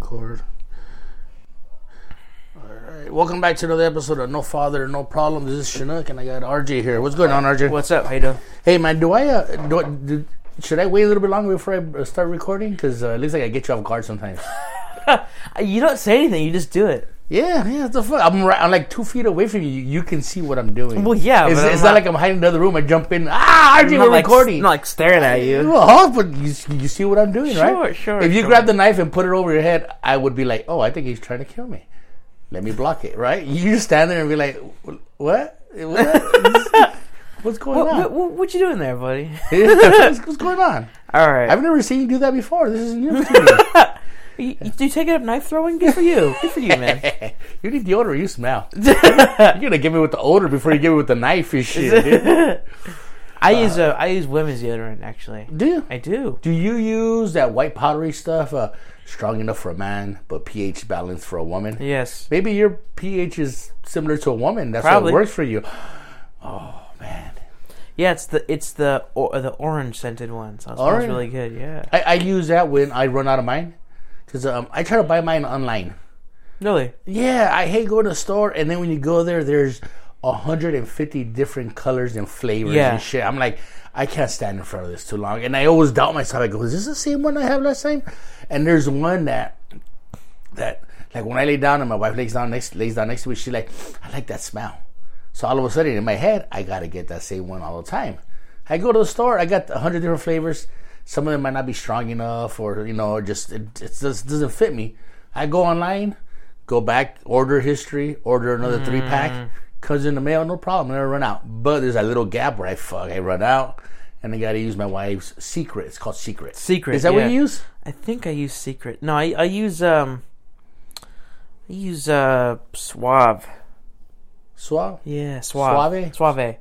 record. All right, welcome back to another episode of No Father, No Problems. This is Chinook, and I got RJ here. What's going on, RJ? What's up? How you doing? Hey, man, do I uh, do, I- do should I wait a little bit longer before I uh, start recording? Because uh, it looks like I get you off guard sometimes. Uh, You don't say anything. You just do it. yeah, yeah, what the fuck. I'm right, I'm like two feet away from you. You can see what I'm doing. Well, yeah, it's, but it's I'm not not- like I'm hiding in another room. I jump in. Ah, RJ, I'm we're not, like, s- recording. not like staring at you. Well, huh, but you, you see what I'm doing, Sure, right? sure, If you sure. grab the knife and put it over your head, I would be like, oh, I think he's trying to kill me. Let me block it, right? You just stand there and be like, what? What? What's going What, on? what, what, what you doing there, buddy? what's, what's going on? All right. I've never seen you do that before. This is new to You, you- do you take it up knife throwing? Good for you. Good for you, man. me. you need the odor. You smell. You're gonna give me with the odor before you give me with the knife and shit. dude. I use uh, I use women's deodorant actually. Do you? I do. Do you use that white powdery stuff? Uh, strong enough for a man, but pH balanced for a woman. Yes. Maybe your pH is similar to a woman. That's Probably. what works for you. Yeah, it's the it's the or, the orange scented one. So it smells Orange. really good. Yeah. I, I use that when I run out of mine because um, I try to buy mine online. Really. Yeah, I hate going to the store, and then when you go there, there's 150 different colors and flavors Yeah. and shit. I'm like, I can't stand in front of this too long, and I always doubt myself. I go, "Is this the same one I have last time?" And there's one that that like when I lay down and my wife lays down next lays down next to me, she's like, "I like that smell." So all of a sudden, in my head, I gotta get that same one all the time. I go to the store, I got a hundred different flavors. Some of them might not be strong enough, or you know, just it, it just doesn't fit me. I go online, go back, order history, order another three Mm. pack, comes in the mail, no problem, never run out. But there's that little gap where I fuck, I run out, and I gotta use my wife's secret. It's called secret. Secret, Is that yeah. what you use? I think I use secret. No, I I use um. I use uh Suave. Suave, Yeah, Suave. Suave? Suave. I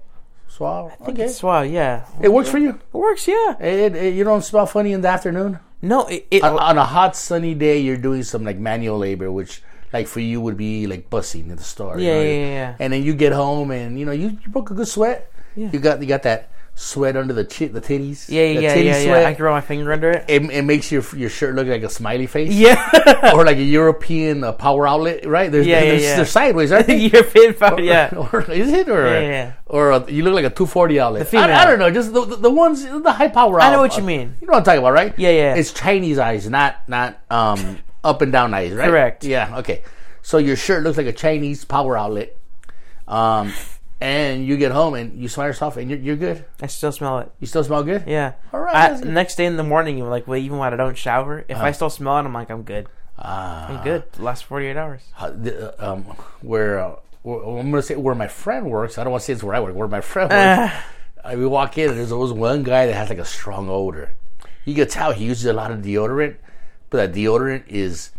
suave. think okay, it's Suave. Yeah. it works for you. It works, yeah. It, it, you don't smell funny in the afternoon. No, it, it On, on a hot sunny day, you're doing some like manual labor, which like for you would be like bussing in the store. you Yeah, know? yeah, yeah, yeah. And then you get home and you know you, you broke a good sweat. Yeah. You got you got that sweat under the chi- the titties. yeah, the yeah, titty yeah, yeah. sweat. I can run my finger under it. It, it makes your your shirt look like a smiley face. Yeah, Or like a European uh, power outlet, right? There's, Yeah, yeah, there's, yeah. They're sideways, aren't they? European found, yeah. or, is it or Yeah, yeah, yeah. or uh, you look like a 240 outlet? The female. I, I don't know, just the, the, the ones the high power. I outlet. know what you mean. You know what I'm talking about, right? Yeah, yeah. It's Chinese eyes, not not um up and down eyes, right? Correct. Yeah. Okay. So your shirt looks like a Chinese power outlet, um, and you get home and you smell yourself and you're, you're good. I still smell it. You still smell good. Yeah. All right, I, that's good. Uh. next day in the morning, you're like, well, even when I don't shower, if I still smell it, I'm like, I'm good. Ah. I'm good. Last 48 hours. uh, the, uh, um, where, uh, where I'm gonna say where my friend works. I don't want to say it's where I work. Where my friend works. Ah. I, we walk in and there's always one guy that has like a strong odor. You can tell he uses a lot of deodorant, but that deodorant is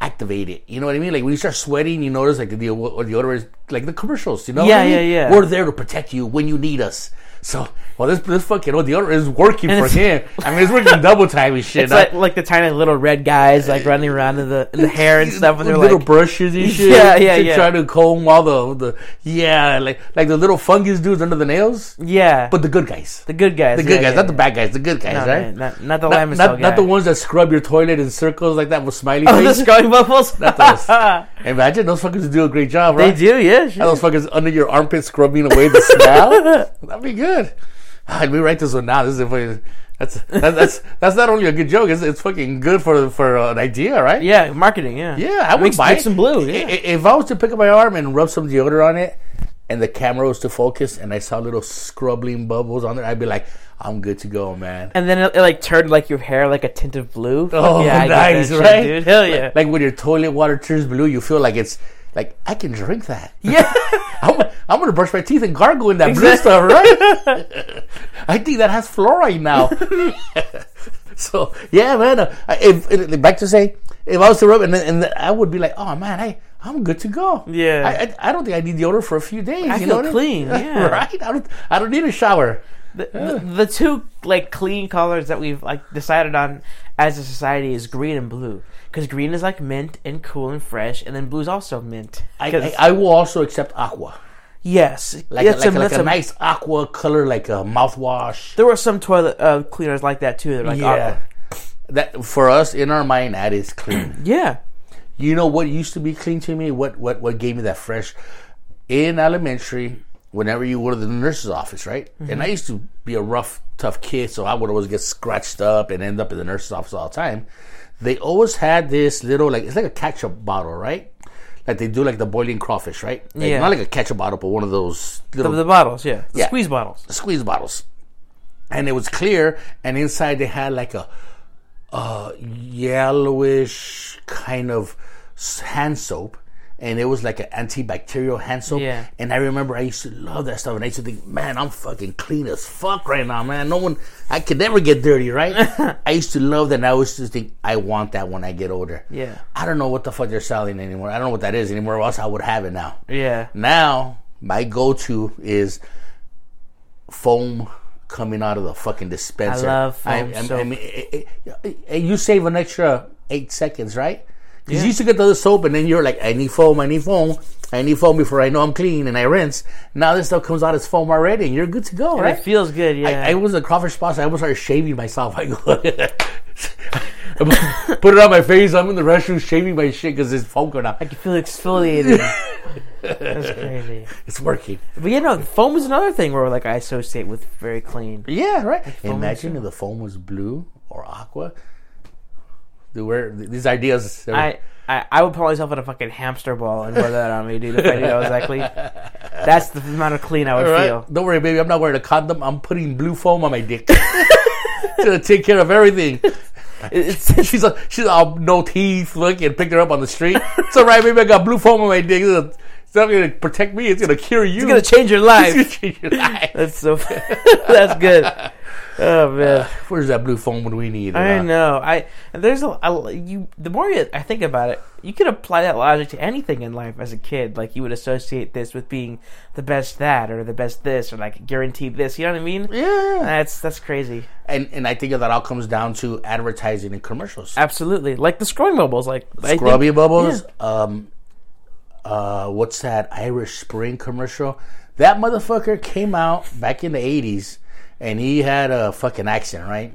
activated. You know what I mean? Like when you start sweating, you notice like the deo- or deodorant, is, like the commercials. You know? Yeah, what I yeah, mean? yeah. We're there to protect you when you need us. So, well, this this fucking old deodorant is working And for it's- him. I mean, it's working double time and shit. It's like, like the tiny little red guys like running around in the in the hair and stuff, and they're little like, brushes and shit. Yeah, yeah, Shit yeah. Trying to comb all the the yeah, like like the little fungus dudes under the nails, yeah, but the good guys, the good guys, the good guys, not the bad guys, the good guys, no, right? no, not, not the Not, lamb's not, guy. not the ones that scrub your toilet in circles like that with smiley Oh, the faces. scrubbing bubbles. those. Imagine those fuckers do a great job, they right? do, yeah. sure. Those fuckers under your armpit scrubbing away the smell. That'd be good. Let me write this one now. This is a fucking- that's that's that's, that's not only a good joke. It's, it's fucking good for for an idea, right? Yeah, marketing. Yeah, Yeah, I would Mix- buy mix it. and blue, I- yeah. I- If I was to pick up my arm and rub some deodorant on it, and the camera was to focus, and I saw little scrubbling bubbles on there, I'd be like, "I'm good to go, man." And then it, it, like turned like your hair like a tint of blue. Oh, yeah, I get that nice, shit, right? dude? Hell yeah, Like when your toilet water turns blue, you feel like it's like I can drink that. yeah. I'm, I'm gonna brush my teeth and gargle in that blue Exact- stuff, right? I think that has fluoride now. so yeah, man. uh, I- If, if- back to say, if I was to rub and, and I would be like, oh man, I I'm good to go. Yeah. I I, I don't think I need deodorant for a few days. I you feel know what clean, yeah. right. I don't I don't need a shower. The, the, the two like clean colors that we've like decided on as a society is green and blue. Because green is like mint and cool and fresh, and then blue's also mint. I, 'Cause- I, I will also accept aqua, yes, like that's a, like, a, like that's a nice aqua color, like a mouthwash. There were some toilet uh, cleaners like that too. They're like, yeah. yeah. that for us in our mind that is clean. Yeah. you know what used to be clean to me? What what what gave me that fresh? In elementary, whenever you go to the nurse's office, right? And I used to be a rough, tough kid, so I would always get scratched up and end up in the nurse's office all the time. They always had this little like it's like a ketchup bottle, right? Like they do like the boiling crawfish, right? Like, Yeah. Not like a ketchup bottle, but one of those The, little the bottles, yeah. The Yeah. squeeze bottles. squeeze bottles, and it was clear. And inside they had like a, uh yellowish kind of s- hand soap, and it was like an antibacterial hand soap. Yeah. And I remember I used to love that stuff, and I used to think, man, I'm fucking clean as fuck right now, man. No one, I could never get dirty, right? I used to love that. and I used to think, I want that when I get older. Yeah. I don't know what the fuck they're selling anymore. I don't know what that is anymore. Or else I would have it now. Yeah. Now my go-to is foam coming out of the fucking dispenser. I love foam soap. mean, it- it- it- it- you save an extra eight seconds, right? Because Yeah. you used to get the other soap, and then you're like, I need foam, I need foam, I need foam before I know I'm clean, and I rinse. Now this stuff comes out as foam already, and you're good to go, And right? It feels good, yeah. I, I was in a crawfish spot, so I almost started shaving myself. I go, put it on my face. I'm in the restroom shaving my shit because it's foam going out. I can feel exfoliated. That's crazy. It's working. But yeah, no, foam is another thing where like I associate with very clean. Yeah, right. foam Imagine if the foam was blue or aqua. They were these ideas. they were- I, I, I would put myself in a fucking hamster ball and wear that on me, dude. If I knew I was that clean, that's the amount of clean I would All right. feel. Don't worry, baby. I'm not wearing a condom. I'm putting blue foam on my dick to take care of everything. It- It's, She's a, she's all no teeth. Look and picked her up on the street. It's all right, baby. I got blue foam on my dick. It's it's not gonna protect me. It's gonna cure you. it's gonna change your life. It's gonna change your life. That's so. that's good. Oh man, Where's that blue foam when we need Uh, it? I huh? know. I there's a I, you. The more you, I think about it, you could apply that logic to anything in life as a kid. Like you would associate this with being the best that or the best this or like guaranteed this. You know what I mean? Yeah, That's that's crazy. and and I think that all comes down to advertising and commercials. Absolutely. Like the scrolling bubbles. Like I think- Scrubby Bubbles. yeah. Um, uh, what's that Irish Spring commercial? That motherfucker came out back in the '80s, and he had a fucking accent, right?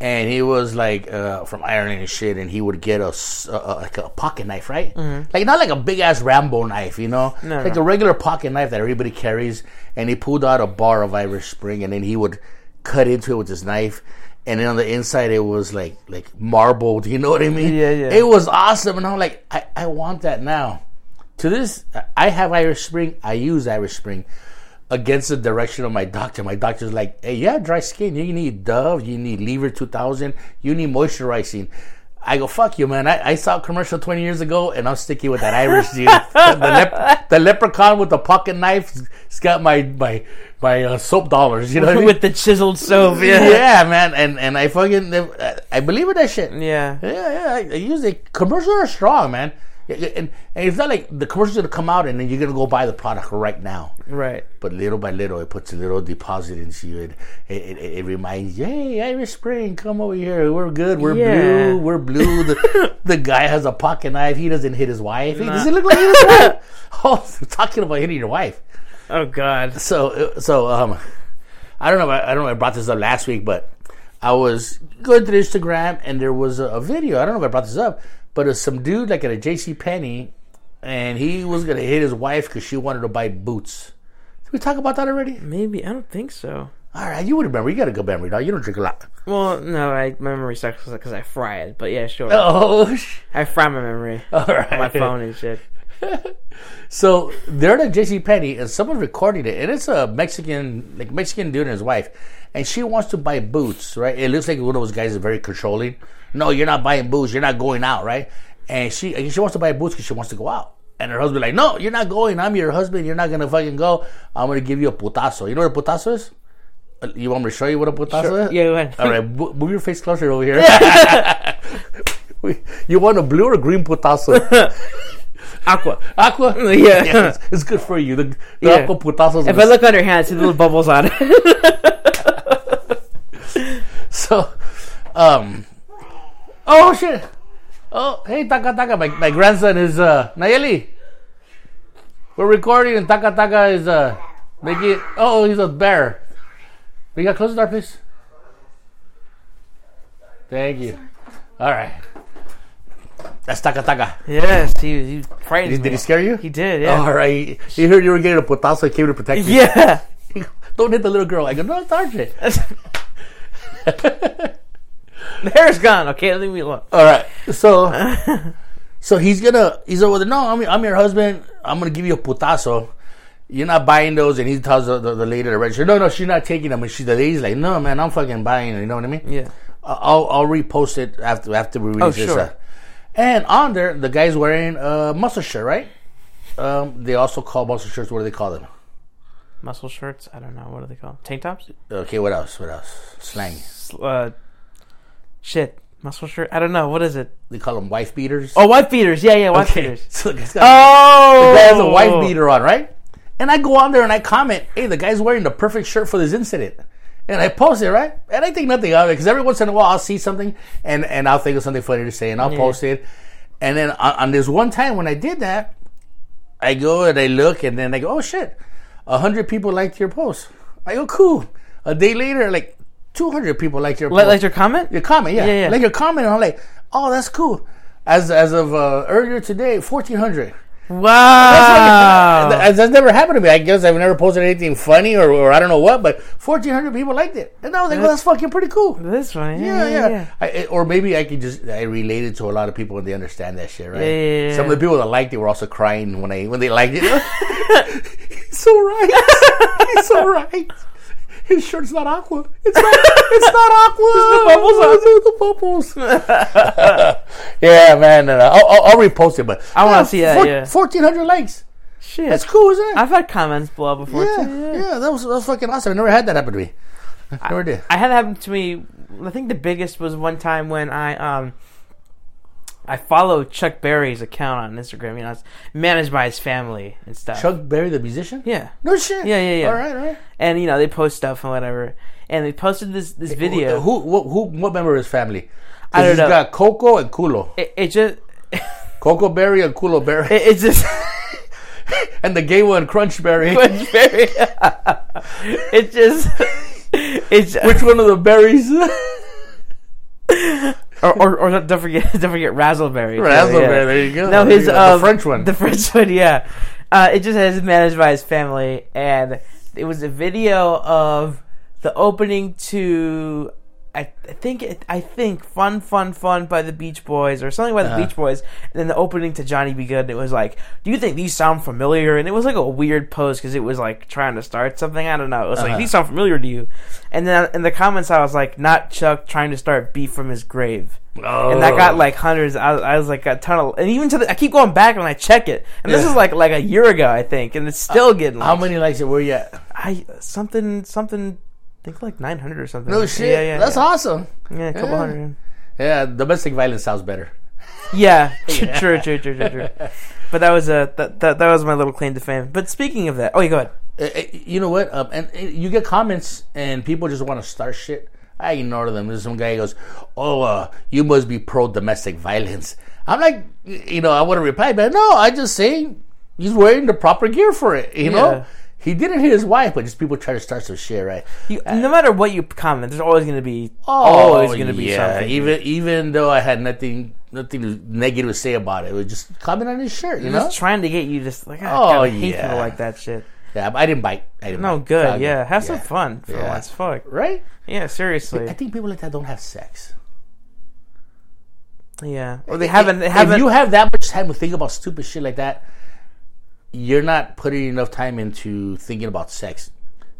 And he was like uh, from Ireland and shit, and he would get a, s- a- a- like a pocket knife, right? Like not like a big ass Rambo knife, you know, Mm-hmm. No, like no. a regular pocket knife that everybody carries. And he pulled out a bar of Irish Spring, and then he would cut into it with his knife. And then on the inside, it was like like marbled. You know what I mean? Yeah, yeah. It was awesome, and I'm like, I, I want that now. To this, I have Irish Spring. I use Irish Spring against the direction of my doctor. My doctor's like, hey, yeah, dry skin. You need Dove. You need Lever 2000. You need moisturizing. I go, fuck you, man. I, I saw a commercial 20 years ago, and I'm sticking with that Irish dude. the, lep- the leprechaun with the pocket knife has got my my my uh, soap dollars. You know what I mean? with the chiseled soap. Yeah. yeah, man. And and I fucking I- I believe in that shit. Yeah. Yeah, yeah. I, I use it. Commercials are strong, man. Yeah, yeah, And, and it's not like the commercials gonna come out and then you're gonna go buy the product right now. Right. But little by little, it puts a little deposit into you. It it, it, it reminds you, hey, Irish Spring, come over here. We're good. We're Yeah. blue. We're blue. The, the guy has a pocket knife. He doesn't hit his wife. He doesn't look like he hit his wife. Oh, talking about hitting your wife. Oh God. So so um, I don't know. if I, I don't know. If I brought this up last week, but I was going through Instagram and there was a, a video. I don't know if I brought this up, but it's some dude like at a J.C. Penney, and he was gonna hit his wife because she wanted to buy boots. Did we talk about that already? Maybe I don't think so. All right, you would remember. You got a good memory, dog. You don't drink a lot. Well, no, I, my memory sucks because I fry it. But yeah, sure. Oh, sh- I fry my memory, all right. my phone and shit. So they're at J.C. Penney, and someone's recording it, and it's a Mexican, like Mexican dude and his wife, and she wants to buy boots, right? It looks like one of those guys is very controlling. No, you're not buying boots. You're not going out, right? And she and she wants to buy boots because she wants to go out. And her husband like, no, you're not going. I'm your husband. You're not gonna fucking go. I'm gonna give you a putazo. You know what a putazo is? Uh, You want me to show you what a putazo is? Yeah, go ahead. All right, mo- move your face closer over here. you want a blue or green putazo? Aqua. Aqua? Yeah. Yes, it's good for you. The, the Yeah. aqua putazos. If I look under your hand, I see the little bubbles on it. so, um, oh shit. Oh, hey, Taka Taka. My, my grandson is, uh, Nayeli. We're recording and Taka Taka is, uh, making, oh, he's a bear. We got close to our place. Thank you. All right. That's Taka Taka. Yes, he he frightened Did, me. did he scare you? He did. Yeah. All right. He heard you were getting a putazo. He came to protect you. Yeah. Don't hit the little girl. I go, no, it's Arjun. The hair's gone. Okay, leave me alone. All right. So, so he's gonna. He's over there. No, I'm I'm your husband. I'm gonna give you a putazo. You're not buying those. And he tells the, the, the lady at the register, no, no, she's not taking them. And she, the lady's like, no, man, I'm fucking buying it. You know what I mean? Yeah. Oh, I- I'll I'll repost it after after we release this. sure. uh, And on there, the guy's wearing a muscle shirt, right? Um, they also call muscle shirts. What do they call them? Muscle shirts. I don't know. What are they called? Tank tops. Okay, what else? What else? Slang. S- Uh, shit. Muscle shirt. I don't know. What is it? They call them wife beaters. Oh, wife beaters. Yeah, yeah, wife okay. beaters. So the guy's got- Oh, the guy has a wife beater on, right? And I go on there and I comment, hey, the guy's wearing the perfect shirt for this incident. And I post it, right? And I think nothing of it because every once in a while I'll see something and, and I'll think of something funny to say and I'll post it. And then on, on this one time when I did that, I go and I look and then I go, oh shit, 100 people liked your post. I go, cool. A day later, like 200 people liked your Like, post like your comment? your comment, yeah. Yeah, yeah. Like your comment, and I'm like, oh, that's cool. As as of uh, earlier today, fourteen hundred. Wow. That's, that's never happened to me. I guess I've never posted anything funny or, or I don't know what, but fourteen hundred people liked it, and I was like, well, that's fucking pretty cool. this one. Yeah, Yeah, yeah. yeah. yeah. I, I- or maybe I could just I related to a lot of people and they understand that shit, right? Yeah, yeah, yeah. Some of the people that liked it were also crying when I when they liked it. He's so right. He's so right. His shirt's not aqua. It's not. It's not aqua. bubbles It's on not the bubbles. yeah, man. uh, I'll, I'll, I'll repost it, but I wanna see that, yeah. fourteen hundred likes. Shit. That's cool, isn't it? I've had comments below before yeah, too. yeah, That was that was fucking awesome. I never had that happen to me. Never did. I had it happen to me. I think the biggest was one time when I um I followed Chuck Berry's account on Instagram. You know, it's managed by his family and stuff. Chuck Berry, the musician. Yeah, No shit. Yeah, yeah, yeah. All right, all right. and you know they post stuff and whatever. And they posted this this video. Who, who, who, what member of his family? 'Cause uh, I don't he's know. got Coco and Culo. It, it just it, Coco Berry and Culo Berry. it just and the gay one, Crunch Berry. was very. it just it's Which one of the berries? or, or or don't forget don't forget Razzleberry. too, Razzleberry, yeah. there you go. No, There his you go. um, the French one. The French one, yeah. Uh, it just has managed by his family, and it was a video of the opening to. I I think it, I think fun fun fun by the Beach Boys or something by the Uh-huh. Beach Boys, and then the opening to Johnny B. Good. And it was like, do you think these sound familiar? And it was like a weird pose because it was like trying to start something. I don't know. It was Uh-huh. like these sound familiar to you, and then in the comments I was like, not Chuck trying to start beef from his grave Oh. and that got like hundreds. I, I was like a ton of, and even to the, I keep going back and I check it, and this Yeah. is like like a year ago I think, and it's still getting How like, many likes it? Where you at? I something something, I think like nine hundred or something. No shit. Yeah, yeah, That's yeah. awesome. Yeah, a couple Yeah. hundred. Yeah, domestic violence sounds better. Yeah, true, true, true, true, true. But that was a that, that that was my little claim to fame. But speaking of that, oh, you go ahead. Uh, uh, you know what? Um, and, and you get comments, and people just want to start shit. I ignore them. There's some guy who goes, "Oh, uh, you must be pro domestic violence." I'm like, y- you know, I want to reply, but no, I just say he's wearing the proper gear for it. You Yeah. know, he didn't hit his wife, but just people try to start some shit, right? You, no matter what you comment, there's always going to be Uh, Oh, always going to be yeah. something. Even even though I had nothing nothing negative to say about it, it was just comment on his shirt. You know, Just trying to get you just like I Oh, oh, hate yeah. people like that shit. yeah. but I didn't bite. I didn't No bite. good. Fuck it. yeah, have some fun for Yeah. once. Fuck. right? Yeah, seriously. I think people like that don't have sex. Yeah, or they haven't. They haven't. If you have that much time to think about stupid shit like that, you're not putting enough time into thinking about sex.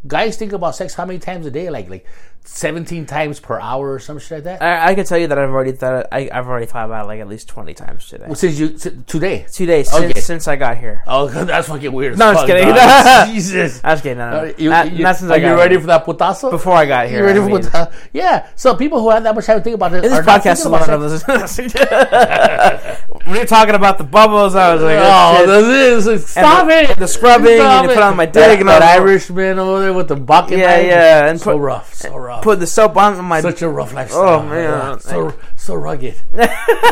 Guys think about sex how many times a day? Like like seventeen times per hour or some shit like that. I, I can tell you that I've already thought. I, I've already thought about it like at least twenty times today. Since you si- today. Two days since, Okay. since I got here. Oh, God, that's fucking weird. as No, I'm just fuck, kidding. dog. Jesus. I was kidding. No, no, Are no. Uh, you, not, you- not since are I got you ready here. for that putazo? Before I got here. you ready I for mean. puta- Yeah. So people who have that much time to think about it This are not podcast is thinking one about of sex. those. when you're talking about the bubbles, I was like, Oh, oh, this this is And stop the- it! the scrubbing, and you put on my That- dick, and all that, that. Irishman over there with the bucket. Yeah, knife. yeah, and so put- rough, so rough. put the soap on my. Such a rough lifestyle. Oh, man. so so rugged.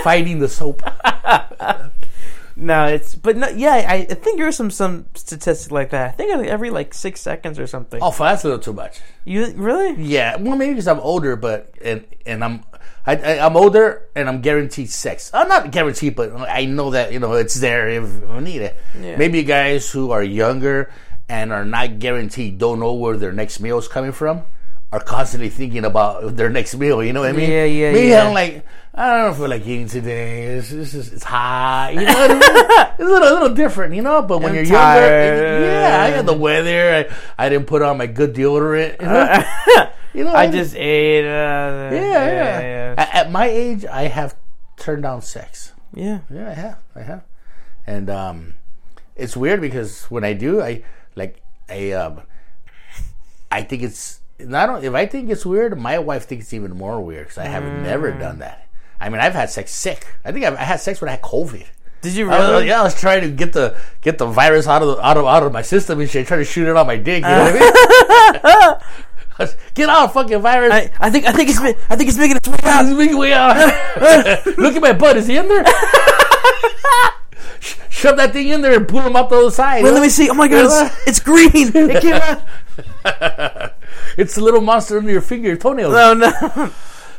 Fighting the soap. no, it's but no, yeah, I, I think there's some some statistic like that. I think every like six seconds or something. Oh, that's a little too much. You really? Yeah, well, maybe because I'm older, but and and I'm I, I, I'm older and I'm guaranteed sex. I'm not guaranteed, but I know that you know it's there if I need it. Yeah. Maybe guys who are younger and are not guaranteed don't know where their next meal is coming from. Are constantly thinking about their next meal. You know what I mean? Yeah, yeah, Me, yeah. I'm like, I don't feel like eating today. It's, it's just it's hot. You know what I mean? It's a little, a little different, you know. But when I'm you're younger, tired. yeah, I had the weather. I, I didn't put on my good deodorant. You know, you know I I'm- just ate. yeah, Uh, yeah. At, at my age, I have turned down sex. Yeah. Yeah, I have. I have. And um, it's weird because when I do, I like I um, I think it's not on- if I think it's weird, my wife thinks it's even more weird because I have never done that. I mean, I've had sex sick. I think I've, I had sex when I had COVID. Did you I was- really? Oh, yeah, I was trying to get the get the virus out of the, out of out of my system and shit, trying to shoot it on my dick. You know what I mean? I was, get out, fucking virus! I, I think I think it's ma- I think it's making its way out. This big way out. Look at my butt. Is he in there? Sh- Shove that thing in there and pull him up the other side. Wait, let me see. Oh my god, it's, it's green. It came out. It's a little monster under your finger, your toenails. Oh no.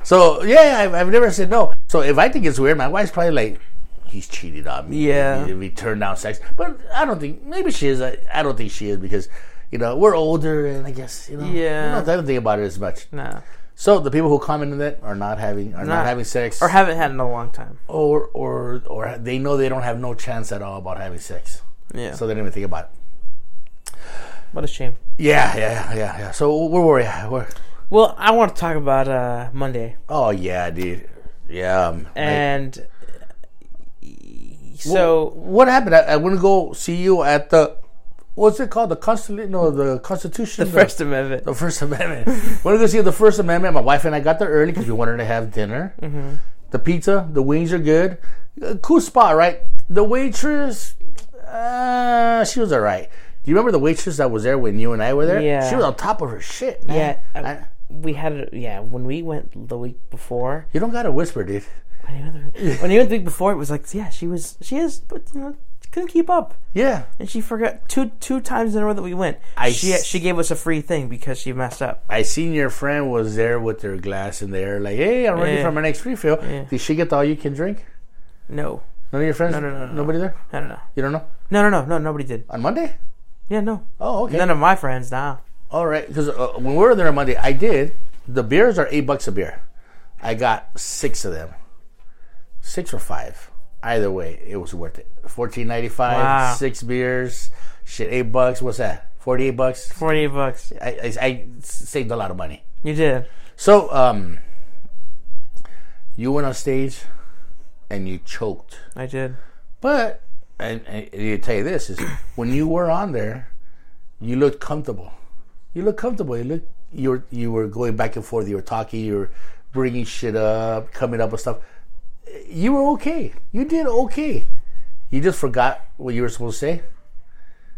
So yeah, I've, I've never said no. So if I think it's weird, my wife's probably like, he's cheated on me. Yeah. we turned down sex, but I don't think maybe she is. I, I don't think she is because you know we're older and I guess you know Yeah. we don't, I don't think about it as much. No. So the people who comment on that are not having are not, Not- having sex Or haven't had in a long time. or or or they know they don't have no chance at all about having sex. Yeah. So they didn't even think about it. what a shame. Yeah, yeah, yeah, yeah. So where were we? at? Where? Well, I want to talk about uh, Monday Oh yeah, dude. Yeah. um, like- and so what happened? I, I want to go see you at the what's it called? The Constitution? No, the Constitution. the First Amendment. The First Amendment. want to go see the First Amendment. My wife and I got there early because we wanted to have dinner. Mm-hmm. The pizza, the wings are good. Uh, Cool spot, right? The waitress, uh, she was all right. Do you remember the waitress that was there when you and I were there? Yeah. She was on top of her shit, man. Yeah, uh, I- we had a, yeah when we went the week before. you don't got to whisper, dude. When you went the, when you went the week before, it was like yeah she was she is but you know she couldn't keep up Yeah. and she forgot two two times in a row that we went. I she s- she gave us a free thing because she messed up. I seen your friend was there with their glass in there, like, hey, I'm ready Yeah. for my next refill. Yeah. Did she get the all you can drink? No, None of your friends? No, no, no, no, no. Nobody there? I don't know. You don't know? No, no, no, no. Nobody did. On Monday? Yeah, no. Oh, okay. None of my friends. Nah. All right, because uh, when we were there on Monday, I did. The beers are eight bucks a beer. I got six of them, six or five. Either way, it was worth it. Fourteen ninety five, Wow. six beers, shit, eight bucks. What's that? Forty eight bucks. Forty bucks. I, I, I saved a lot of money. You did. So, um, you went on stage and you choked. I did. But and, and you tell you this is when you were on there, you looked comfortable. You looked comfortable. You looked you were you were going back and forth. You were talking. You were bringing shit up, coming up with stuff. You were okay. You did okay. You just forgot what you were supposed to say.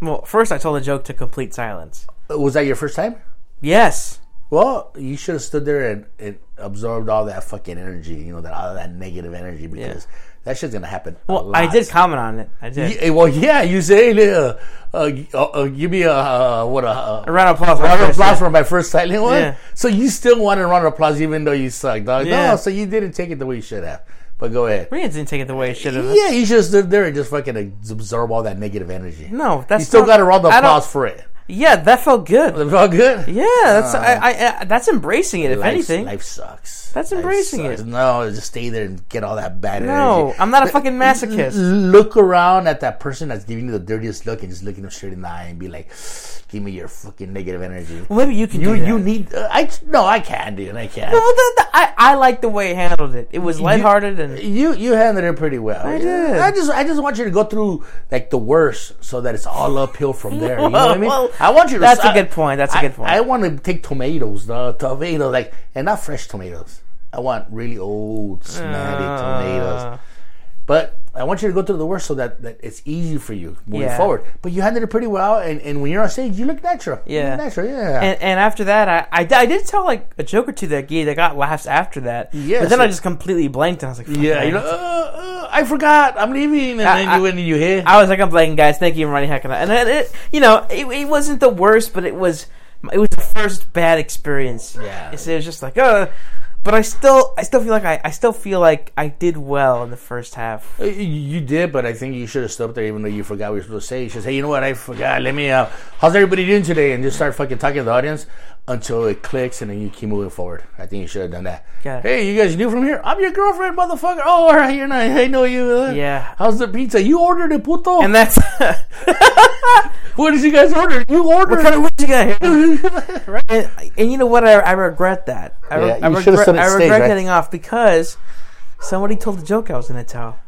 Well, first I told a joke to complete silence. Uh, Was that your first time? Yes. Well, you should have stood there and, and absorbed all that fucking energy. You know that all that negative energy because that shit's gonna happen. a Well, I lot. did comment on it. I did. Y- eh, well, yeah, you say, hey, uh, uh, uh, uh, give me a uh, what a, uh, A round of applause. for round of Chris. applause for my first silent one. Yeah. So you still wanted a round of applause even though you sucked, dog. Yeah. No, so you didn't take it the way you should have. But go ahead. Maria didn't take it the way it should have. Yeah, you should have stood there and just fucking absorb all that negative energy. No, that's You still not- got a round of I don't- applause for it. Yeah, that felt good. It felt good. Yeah, that's I, I, I that's embracing it. If Life's- anything, Ah. life sucks. That's Life embracing sucks. it. No, just stay there and get all that bad energy. no, I'm not a But fucking masochist. l- Look around at that person that's giving you the dirtiest look and just looking them straight in the eye and be like, "Give me your fucking negative energy." well, maybe you can. You do that. you need uh, I no I can dude I can. No, the, the, I I like the way it handled it. It was lighthearted and You you handled it pretty well. I did. I just I just want you to go through like the worst so that it's all uphill from there. You know what I mean? Well, I want you. to that's a I- good point. That's a I- good point. I want to take tomatoes, the tomato like and not fresh tomatoes. I want really old smelly tomatoes. Uh, But I want you to go through the worst so that, that it's easy for you moving Yeah. forward. But you handled it pretty well, and, and when you're on stage, you look natural. you Yeah. look natural. Yeah, And, and after that, I, I, di- I did tell like a joke or two that gee, that got laughs after that. Yes. But then I just completely blanked and I was like, fuck, yeah. man. You know, uh, uh, I forgot. I'm leaving, and then I- you and you hit. I was like, I'm blanking, guys. Thank you, Ronnie Heck. And it, it, you know, it, it wasn't the worst, but it was it was the first bad experience. Yeah. So it was just like, oh, But I still, I still feel like I, I still feel like I did well in the first half. Uh, You did, but I think you should have stopped there, even though you forgot what you were supposed to say. You should say, you know what, I forgot. Let me. Uh, how's everybody doing today? And just start fucking talking to the audience until it clicks, and then you keep moving forward. I think you should have done that. Got it. Hey, you guys new from here? I'm your girlfriend, motherfucker. Oh, all right, you're not. I know you. Uh, Yeah. How's the pizza? You ordered it, puto. And that's what did you guys order? You ordered. kind of what you got here. it. right? And, and you know what? I, I regret that. I, re- Yeah, I you regret, should've stood at I stage, regret right? getting off because somebody told the joke I was going to tell.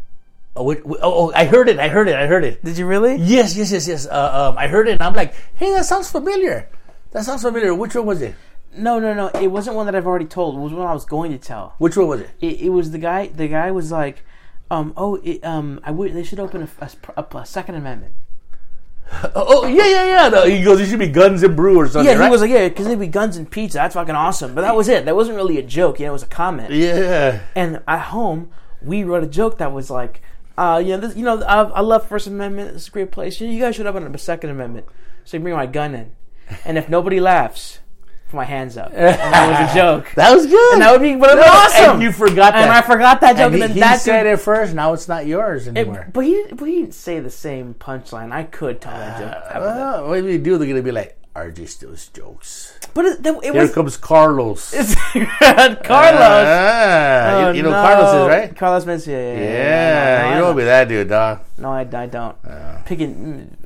Oh, wait, wait, oh, oh, I heard it. I heard it. I heard it. Did you really? Yes, yes, yes, yes. Uh, um, I heard it, and I'm like, hey, that sounds familiar. That sounds familiar. Which one was it? No, no, no. It wasn't one that I've already told. It was one I was going to tell. Which one was it? It, it was the guy. The guy was like, um, "Oh, it, um, I would. They should open a, a, sp- a- a Second Amendment." Oh oh, yeah, yeah, yeah. No, he goes, "It should be Guns and Brew or something." Yeah, right? he was like, "Yeah, because it'd be guns and pizza. That's fucking awesome." But that was it. That wasn't really a joke. You know, it was a comment. Yeah, And at home, we wrote a joke that was like, uh, you know, this, you know, I, I love First Amendment. It's a great place. You, you guys should open up a Second Amendment. So you bring my gun in, and if nobody laughs, put my hands up. And that was a joke. that was good. and that would be, but it was awesome. And you forgot And I that. forgot that joke. And And, he, then he that said dude- it first. Now it's not yours anymore. But he, but he didn't say the same punchline. I could tell that Uh, joke. Well, what do you do? They're gonna be like, "RJ steals jokes." but it, it Here was comes Carlos. Carlos. Ah, Oh, you, you know no. Carlos is right. Carlos Mencia. Yeah, yeah, Yeah, you no, don't I be Uh. that dude, dog. No, I, I don't. Picking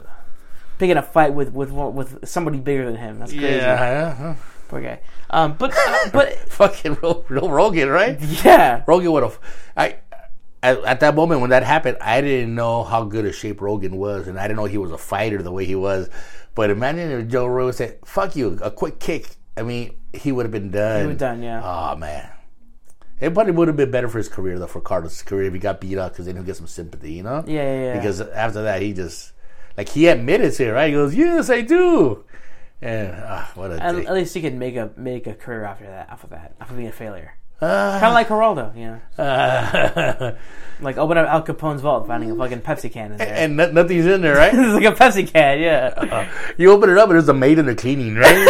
picking a fight with with one- with somebody bigger than him. That's crazy. Yeah, yeah. Poor guy. Um, but but fucking Ro- Ro- Rogan, right? yeah, Rogan would have. I at, at that moment when that happened, I didn't know how good a shape Rogan was, and I didn't know he was a fighter the way he was. But imagine if Joe Rogan said, "Fuck you," a quick kick. I mean, he would have been done. he was done. Yeah. Oh man, it probably would have been better for his career though, for Carlos' career if he got beat up because then he'll get some sympathy, you know? yeah, yeah, yeah. Because after that, he just like he admitted to it, right? He goes, "Yes, I do." And ah, what a At- dick. at least he can make a make a career after that, after that, after being a failure. Ah. Kind of like Geraldo, you know, Uh, like open up Al Capone's vault, finding a fucking Pepsi can in there. and no- nothing's in there, right? This is like a Pepsi can, yeah. You open it up and there's a maid in the cleaning, right?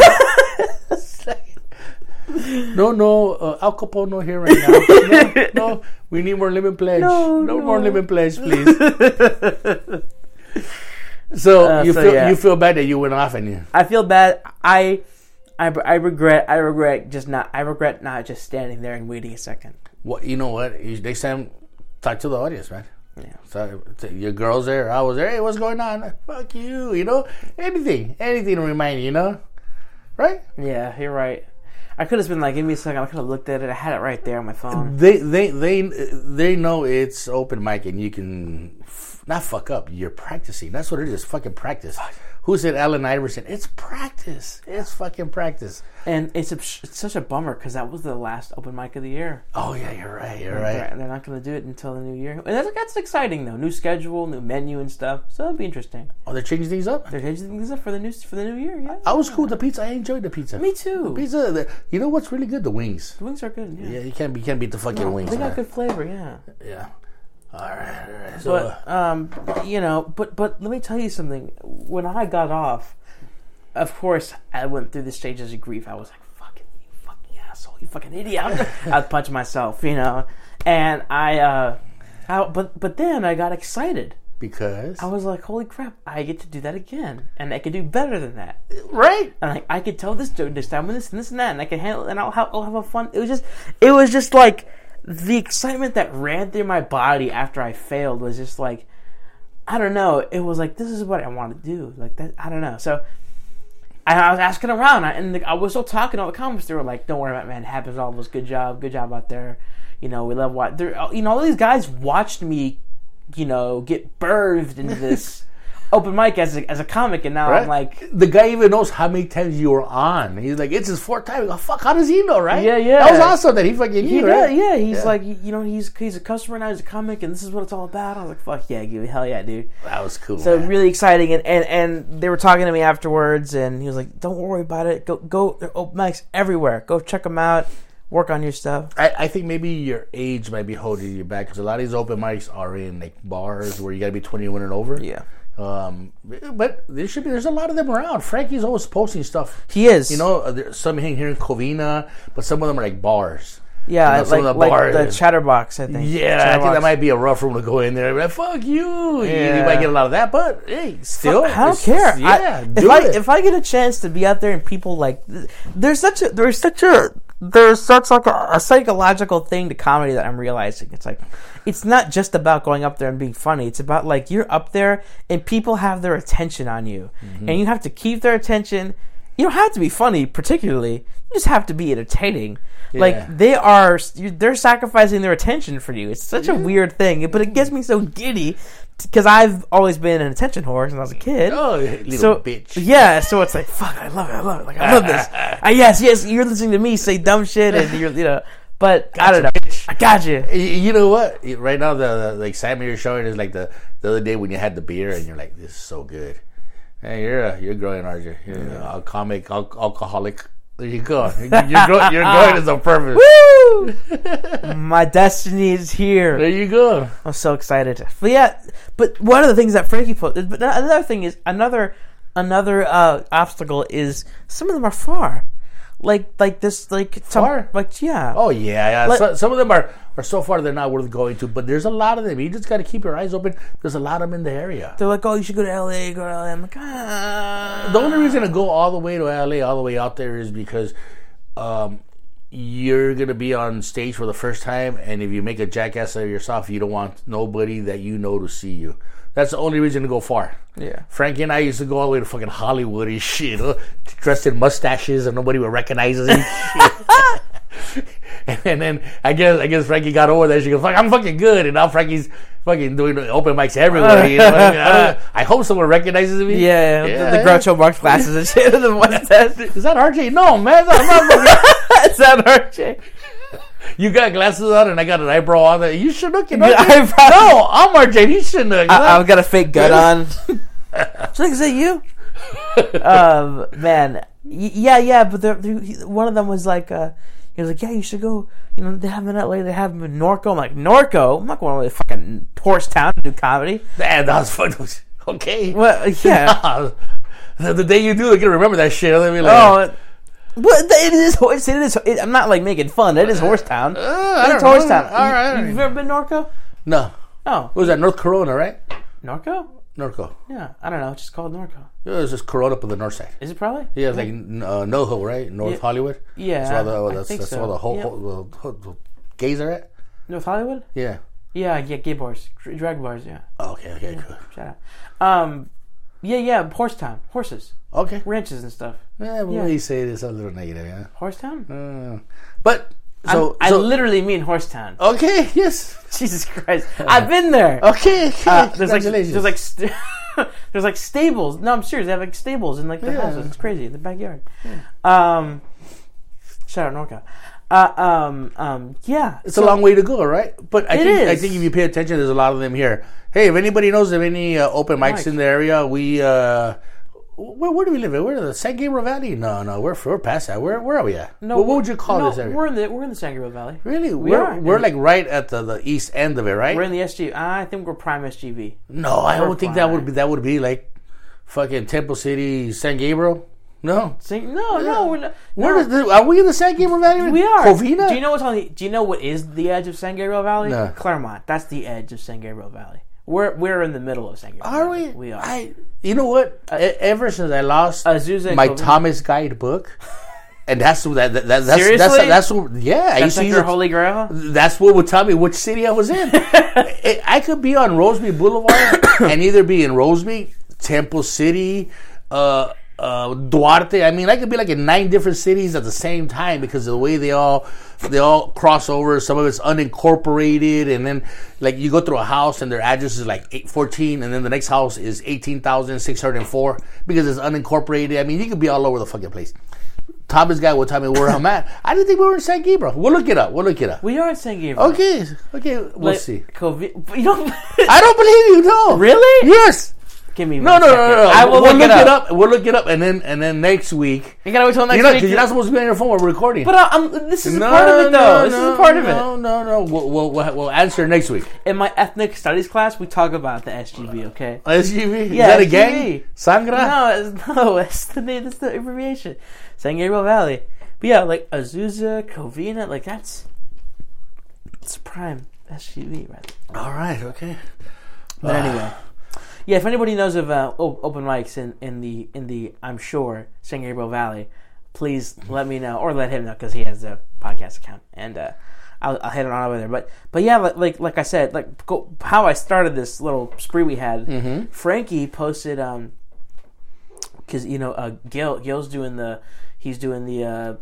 no, no, uh, Al Capone not here right now. No, no, we need more lemon pledge. No, no. more lemon pledge, please. so Uh, you so, feel yeah. you feel bad that you went off and you. I feel bad. I, I, I regret. I regret just not. I regret not just standing there and waiting a second. What you know? What You- next time? Talk to the audience, man. Yeah. So t- your girls there, I was there. Hey, what's going on? Fuck you, you know. Anything, anything to remind you, you know, right? Yeah, you're right. I could have been like, give me a second. I could have looked at it. I had it right there on my phone. they they they they know it's open mic and you can f- not fuck up. You're practicing. That's what it is. Fucking practice. Who said Allen Iverson? It's practice. It's fucking practice. And it's, a, it's such a bummer because that was the last open mic of the year. Oh yeah, you're right. You're They're right. they're not going to do it until the new year. And that's, that's exciting though. New schedule, new menu, and stuff. So it'll be interesting. Oh, they're changing things up. They're changing things up for the new for the new year. Yeah. I was cool with the pizza. I enjoyed the pizza. Me too. The Pizza. The, you know what's really good? The wings. wings are good. Yeah. Yeah, you can't you can't beat the fucking wings. They got man. good flavor. Yeah. Yeah. All right. All right. So. uh, But um, you know, but but let me tell you something. When I got off, of course, I went through the stages of grief. I was like, "Fucking you, fucking asshole, you fucking idiot!" I would punch myself, you know. And I, uh, I, but but then I got excited. because I was like, "Holy crap! I get to do that again, and I could do better than that." right. And like, I could tell this dude this time with this and this and that, and I can handle, it, and I'll have, I'll have a fun. It was just, it was just like the excitement that ran through my body after I failed was just like, I don't know. It was like this is what I want to do. Like that, I don't know. So. I, I was asking around, I- and the, I was still talking. to All the comments they were like, "Don't worry about it, man. It happens. All of us. Good job. Good job out there. You know, we love what. they're- oh, You know, all these guys watched me. You know, get birthed into this open mic as a, as a comic, and now Right? I'm like, the guy even knows how many times you were on. He's like, it's his fourth time. I go, Fuck, how does he know, right? Yeah, yeah. That was awesome that he fucking knew, He right? did, yeah. He's Yeah. like, you know, he's he's a customer now, he's a comic, and this is what it's all about. I was like, fuck yeah, give me hell yeah, dude. That was cool. So man. really exciting, and, and and they were talking to me afterwards, and he was like, don't worry about it. Go go, there are open mics everywhere. Go check them out. Work on your stuff. I, I think maybe your age might be holding you back because a lot of these open mics are in like bars where you got to be 21 and over. Yeah, Um, but there should be. There's a lot of them around. Frankie's always posting stuff. he is. You know, uh, there's some hang here in Covina, but some of them are like bars. Yeah, You know, some like, of the like the bars- chatterbox, I think. Yeah, I think that might be a rough room to go in there. Like, fuck you. You Yeah. might get a lot of that, but hey, still, I don't it's- care. Yeah, I, do if I it. if I get a chance to be out there and people like, th- there's such a there's such a there's such like a, a psychological thing to comedy that I'm realizing. It's like, it's not just about going up there and being funny. It's about like you're up there and people have their attention on you, Mm-hmm. and you have to keep their attention. You don't have to be funny particularly. You just have to be entertaining. Yeah. Like they are, you- they're sacrificing their attention for you. It's such a weird thing, but it gets me so giddy because I've always been an attention whore since I was a kid. oh, little so bitch. yeah, so it's like fuck, I love it, I love it, like I love this. I, yes, yes, you're listening to me say dumb shit, and you're you know, but I don't know. I got you. Y- You know what? Y- Right now, the, the the excitement you're showing is like the the other day when you had the beer and you're like, "This is so good." Hey, you're a, you're growing, aren't you? You're an alcoholic, al- alcoholic. There you go. You're grow, you're growing as a purpose. Woo! My destiny is here. There you go. I'm so excited. But yeah, but one of the things that Frankie put, but another thing is another another uh, obstacle is some of them are far, like like this like some- Far? like yeah. Oh yeah, yeah. Let- so, some of them are are so far they're not worth going to, but there's a lot of them. You just got to keep your eyes open. There's a lot of them in the area. They're like, oh, you should go to LA, go to LA. I'm like, ah. the only reason to go all the way to LA, all the way out there, is because um, you're gonna be on stage for the first time, and if you make a jackass out of yourself, you don't want nobody that you know to see you. That's the only reason to go far. Yeah. Frankie and I used to go all the way to fucking Hollywood and shit, huh? dressed in mustaches, and nobody would recognize us. And, shit. and then I guess I guess Frankie got over there. She goes, "Fuck, I'm fucking good," and now Frankie's fucking doing open mics everywhere. you know what I, mean? I, don't- I hope someone recognizes me. Yeah, the, the Groucho Marx glasses and shit. The mustache. Is that RJ? No, man. That's not Is that RJ? you got glasses on and I got an eyebrow on. There. You should look. Your eyebrow. No, I'm RJ. You should look. I, I've got a fake gut on. She's like, is that you? um, man, Y- yeah, yeah. But there, there- he- one of them was like, uh, he was like, yeah, you should go. You know, they have him in LA. They have him in Norco. I'm like, Norco? I'm not going to fucking horse town to do comedy. Man, that was fun. Okay. Well, uh, yeah. the, the day you do, they're gonna remember that shit. They'll be like, oh, it- what? It is. horse- It is. It, I'm not like making fun. It is horse town. Uh, I it's don't horse know. town. All right, all You, right. have ever been Norco? no. What No. was that? North Corona, right? Norco? Norco. Yeah, I don't know. It's just called Norco. It was just Corona up on the north side. Is it probably? Yeah, it's like n- uh, NoHo, right? North Yeah. Hollywood. Yeah, That's where the, oh, I that's, think that's so. where the whole, Yeah. whole, the whole, the gays are at. North Hollywood? Yeah. Yeah, yeah, gay bars, dr- drag bars. Yeah, Oh, okay. Okay. Cool. shout out. Um, yeah, yeah, horse town, horses, Okay. ranches and stuff. Yeah, well, Yeah. you say this a little negative, yeah. Horse town. Uh, but so, Oh. I so- literally mean horse town. okay, yes, Jesus Christ, I've been there. okay, okay. Uh, there's like Oh, congratulations. there's like st- there's like stables. No, I'm serious. They have like stables in like the Yeah. houses. It's crazy in the backyard. Um, shout out Norca. Uh, um, um, yeah. it's a long way to go, right? But I It think I is. think if you pay attention, there's a lot of them here. Hey, if anybody knows of any uh, open mics Mics. in the area, we uh, where, where do we live? at? Where are the San Gabriel Valley? No, no, we're we're past that. Where where are we at? No, what, what would you call no, this area? We're in the we're in the San Gabriel Valley. Really, we are are. we're like right at the, the east end of it, right? We're in the SG. I think we're prime SGV. no, I don't think that fine. would be that would be like fucking Temple City, San Gabriel. No, Sing- no, no, we're not. Where no. is the, are we in the San Gabriel Valley? We are. Covina. Do you know what's on the? Do you know what is the edge of San Gabriel Valley? No. Claremont. That's the edge of San Gabriel Valley. We're we're in the middle of San Gabriel. Are Valley. we? We are. Uh, I, you know what? E- Ever since I lost Azusa and my Covina. Thomas Guide book, and that's that, that, that that's that's Seriously? that's what, yeah. I That's used to like use your it- holy grail. that's what would tell me which city I was in. I I could be on Roseby Boulevard and either be in Roseby, Temple City, uh, uh, Duarte. I mean, I could be like in nine different cities at the same time because of the way they all they all cross over. Some of it's unincorporated, and then like you go through a house and their address is like eight fourteen, and then the next house is eighteen thousand six hundred four because it's unincorporated. I mean, you could be all over the fucking place. Thomas guy will tell me where I'm at. I didn't think we were in San Gabriel. We'll look it up. We'll look it up. We are in San Gabriel. Okay, okay, we'll Like, see. Covi- but you don't I don't believe you. No, really? Yes. Give me No, one no, no, second. no. no. I will we'll look, it, up. We'll look it up, and then and then next week. You gotta wait till next you know, 'cause week. you're not supposed to be on your phone while we're recording. but I, I'm, this is a part of it, though. this is a part of No, no, no. We'll, we'll, we'll, we'll answer next week. it. In my ethnic studies class, we talk about the SGB. Okay. SGV. Yeah, Is that a SGV. gang? Sangra. No, it's, no, it's the name. It's the abbreviation. San Gabriel Valley. But yeah, like Azusa, Covina, like that's It's a prime SUV, right? All right. Okay. Ah, But anyway, yeah. If anybody knows of uh, o- open mics in, in the in the I'm sure San Gabriel Valley, please let me know or let him know because he has a podcast account and uh, I'll, I'll head it on over there. But but yeah, like like, like I said, like go, how I started this little spree we had. Mm. mm-hmm, Frankie posted um because you know uh, Gil Gil's doing the he's doing the uh,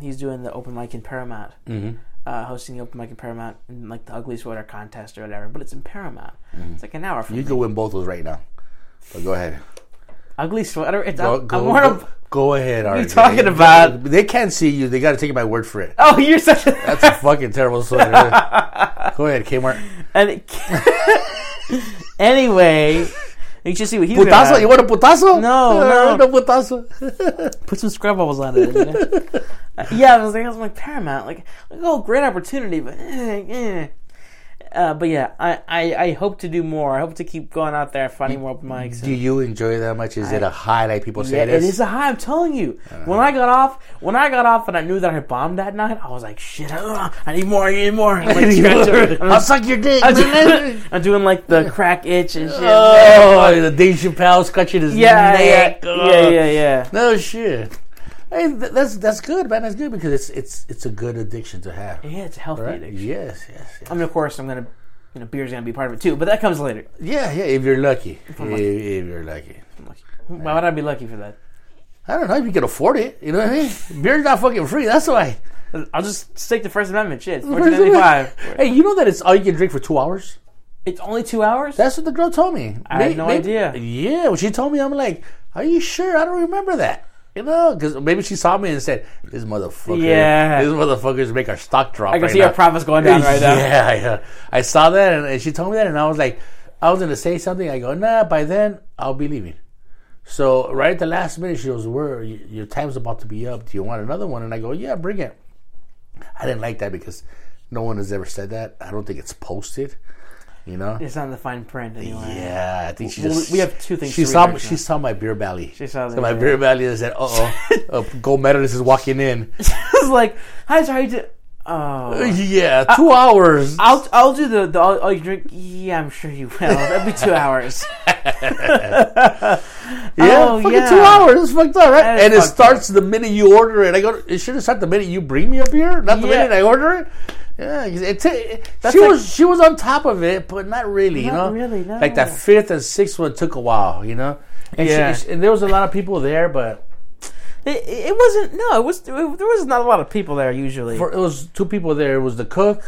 he's doing the open mic in Paramount Mm-hmm. uh, hosting the open mic in Paramount, and, like the Ugly Sweater contest or whatever. But it's in Paramount. It's like an hour from Mm-hmm. You could win both of those right now. But go ahead. Ugly Sweater. It's Go, I'm, go, I'm more go, of, go ahead. What are you talking about? They can't see you. They got to take my word for it. oh, you're such a That's a fucking terrible sweater. go ahead, Kmart. and it- anyway. You should see what he's gonna Putazo? have. You want a putazo? No, no. no putazo. put some scrub bubbles on it. You know? Uh, yeah, I was like, I was like Paramount, like, like oh, great opportunity, but eh, eh. Uh, but yeah, I, I, I hope to do more. I hope to keep going out there, finding more open mics. Do you enjoy that much? Is it a high like people say Yeah, it is? it is a high. I'm telling you. When I got off, when I got off, and I knew that I had bombed that night, I was like, "Shit, ugh, I need more, I need more." I'm, like, scratching- I'll suck your dick. I'm doing- I'm doing like the crack itch and shit. oh, the Dave Chappelle scratching his yeah, yeah, neck. Oh. yeah, yeah, yeah. No shit. Hey, th- that's that's good, man. That's good because it's it's it's a good addiction to have. Yeah, it's a healthy Right? addiction. Yes, yes, yes. I mean, of course, I'm gonna, you know, beer's gonna be part of it too, but that comes later. Yeah, yeah. If you're lucky, if, I'm lucky. if you're lucky. I'm like, Why would I be lucky for that? I don't know if you can afford it. You know what I mean? Beer's not fucking free. That's why. I'll just stick to First Amendment shit. It's 1495. Hey, you know that it's all you can drink for two hours. It's only two hours. That's what the girl told me. I had no idea. Yeah, when she told me, I'm like, "Are you sure? I don't remember that." You know, because maybe she saw me and said, "This motherfucker, Yeah. this motherfucker's make our stock drop." I can right see now. our profits going down right now. Yeah, yeah. I saw that, and, and she told me that, and I was like, I was gonna say something. I go, "Nah, by then I'll be leaving." So right at the last minute, she goes, "Where y- your time's about to be up? Do you want another one?" And I go, "Yeah, bring it." I didn't like that because no one has ever said that. I don't think it's posted. You know, It's not in the fine print anyway. yeah, I think she Well, just. we have two things She to read saw. right she now. saw my beer belly. She saw the my beer beer belly and said, "Uh oh, a gold medalist is walking in." it's like, hi, sir, how you do? Oh. yeah, two hours. I'll I'll do the the all, all you drink. Yeah, I'm sure you will. That'd be two hours. yeah, oh, fucking yeah. two hours. It's fucked up, right? That is And it fucked starts the minute you order it. I go. It should have started the minute you bring me a beer, not the Yeah. minute I order it. Yeah, it ta- it- That's she like- was she was on top of it, but not really. you know, Not really, no. like that fifth and sixth one took a while. You know, and, she- Yeah. and she- and there was a lot of people there, but It, it wasn't. No, it was. It, there was not a lot of people there usually. for, it was two people there. It was the cook,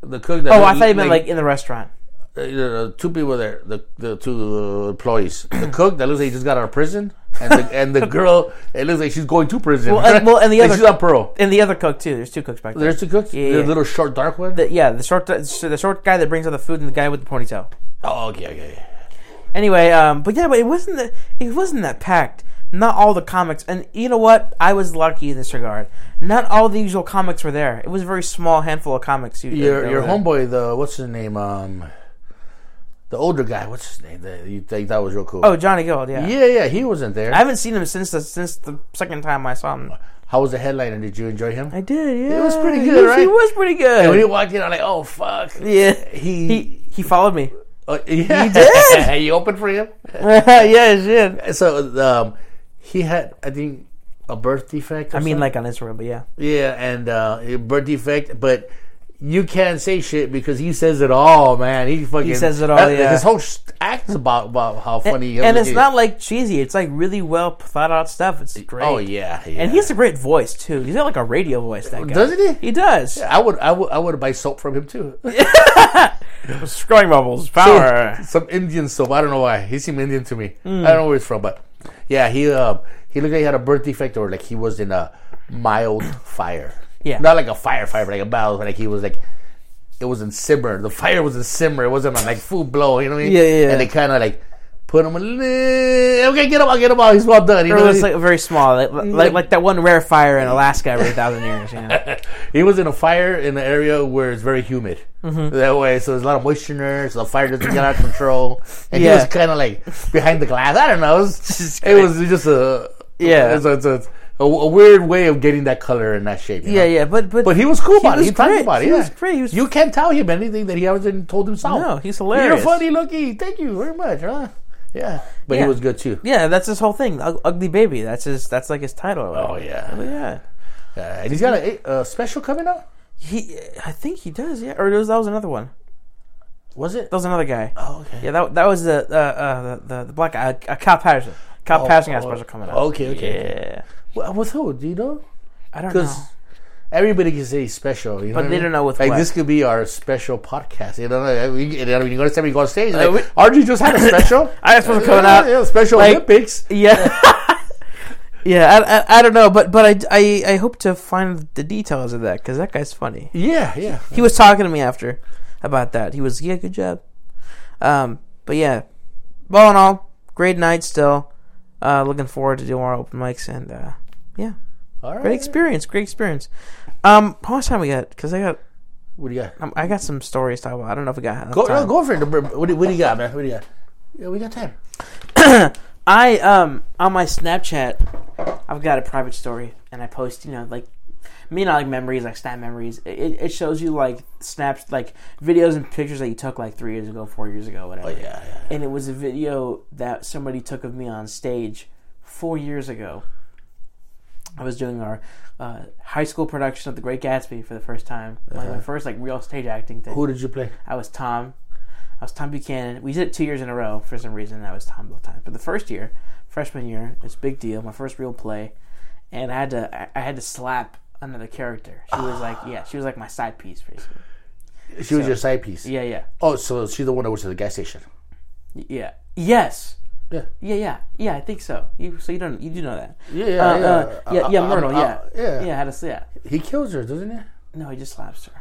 the cook. That oh, I thought you meant like in the restaurant. uh, two people there, the, the two uh, employees, the cook that looks like he just got out of prison, and the, and the girl it looks like she's going to prison. Well, and- well, and the Like, other- she's on parole. And the other cook too. There's two cooks back there. There's two cooks. Yeah, the yeah. little short dark one. The- yeah, the short the short guy that brings out the food and the guy with the ponytail. oh, okay, okay. Anyway, um, but yeah, but it wasn't that it wasn't that packed. Not all the comics, and you know what? I was lucky in this regard. Not all the usual comics were there. It was a very small handful of comics. You, Your that your were there. homeboy, the what's his name? Um, the older guy. What's his name? That you think that was real cool? Oh, Johnny Gold. Yeah. yeah, yeah. He wasn't there. I haven't seen him since the since the second time I saw him. How was the headliner? Did you enjoy him? I did. Yeah. Uh, was pretty He good, was- He right? was pretty when he good. walked in, I'm like, oh fuck. yeah. He He he followed me. uh, yeah. did? you opened for him? yeah, he did. So um, he had, I think, a birth defect. Or I mean, something. like on Instagram, but yeah. yeah, and uh, a birth defect, but. You can't say shit because he says it all, man. He fucking says it all, that- yeah. His whole sh- act is about, about how funny. he and is. it's not like cheesy. It's like really well thought out stuff. It's great. Oh yeah, yeah. And he has a great voice too. He's got like a radio voice. That guy. doesn't he? He does. I would, I would, I would buy soap from him too. Screwing bubbles, power. Some Indian soap. I don't know why. He seemed Indian to me. I don't know where he's from, but yeah, he uh, he looked like he had a birth defect or like he was in a mild fire. Yeah. not like a fire fire, but like a mild. Like he was like it was in simmer. The fire was in simmer. It wasn't on like full blow. You know what I mean? Yeah, yeah, yeah. And they kind of like put him a little. Okay, get him out, get him out. He's well done. You It know, was he- like very small, like, Mm. like like that one rare fire in Alaska every thousand years. You know? He was in a fire in an area where it's very humid. Mm-hmm. That way, so there's a lot of moisture in there, so the fire doesn't get out of control. And Yeah. he was kind of like behind the glass. I don't know. It was, Jesus it was just a Yeah. It's a, it's a, a, a weird way of getting that color and that shape. you Yeah, know? yeah, but but, But he was cool about was it. He talked great. about it. He yeah. was great. He was- you can't tell him anything that he hasn't told himself. No, he's hilarious. You're funny, looking. Thank you very much. Huh? Yeah, but Yeah. he was good too. yeah, that's his whole thing. Ug- Ugly baby. That's his. That's like his title. or Oh whatever. yeah, yeah. uh, and he's got a, a special coming out. He, I think he does. Yeah, or it was, that was another one. Was it? That was another guy. Oh, okay. Yeah, that that was the uh, uh, the, the the black guy, uh, Kyle Patterson. Kyle Oh, Patterson got oh, special coming up. okay, okay, Yeah, Well, with who? Do you know? I don't know. Because everybody can say he's special, you know But what I they mean? don't know with like what. this could be our special podcast. You know, like, we, you know, when you go to somebody go on stage, Uh, like, we- RG just had a special. I had a special coming Yeah, out. yeah, special Like- Olympics. Yeah. Yeah, I, I, I don't know, but but I, I, I hope to find the details of that because that guy's funny. Yeah, yeah. He was talking to me after about that. He was yeah, good job. Um, but yeah, all in all, great night still. Uh, looking forward to doing more open mics and uh, yeah, All right. great experience, great experience. Um, how much time we got? Because I got What do you got? um, I got some stories to talk about. I don't know if we got enough Go, time. no, go for it. What do, what do you got, man? What do you got? Yeah, we got time. I um on my Snapchat, I've got a private story, and I post you know like me and I like memories, like snap memories. It- It, it shows you like snaps, like videos and pictures that you took like three years ago, four years ago, whatever. Oh yeah, yeah. And it was a video that somebody took of me on stage four years ago. I was doing our uh, high school production of The Great Gatsby for the first time, like Uh-huh. my first like real stage acting thing. Who did you play? I was Tom. I was Tom Buchanan. We did it two years in a row for some reason. and I was Tom both times. But the first year, freshman year, it was a big deal. My first real play, and I had to I- I had to slap another character. She was like, yeah, she was like my side piece, basically. She was your side piece. Yeah, yeah, Oh, so she's the one that was at the gas station. Y- yeah, yes, Yeah. yeah, yeah, yeah. I think so. You so you don't you do know that? Yeah, yeah, Uh, yeah. uh, yeah, I- yeah, I- Myrtle, I- yeah. uh, yeah. yeah. I had to yeah. He kills her, doesn't he? No, he just slaps her.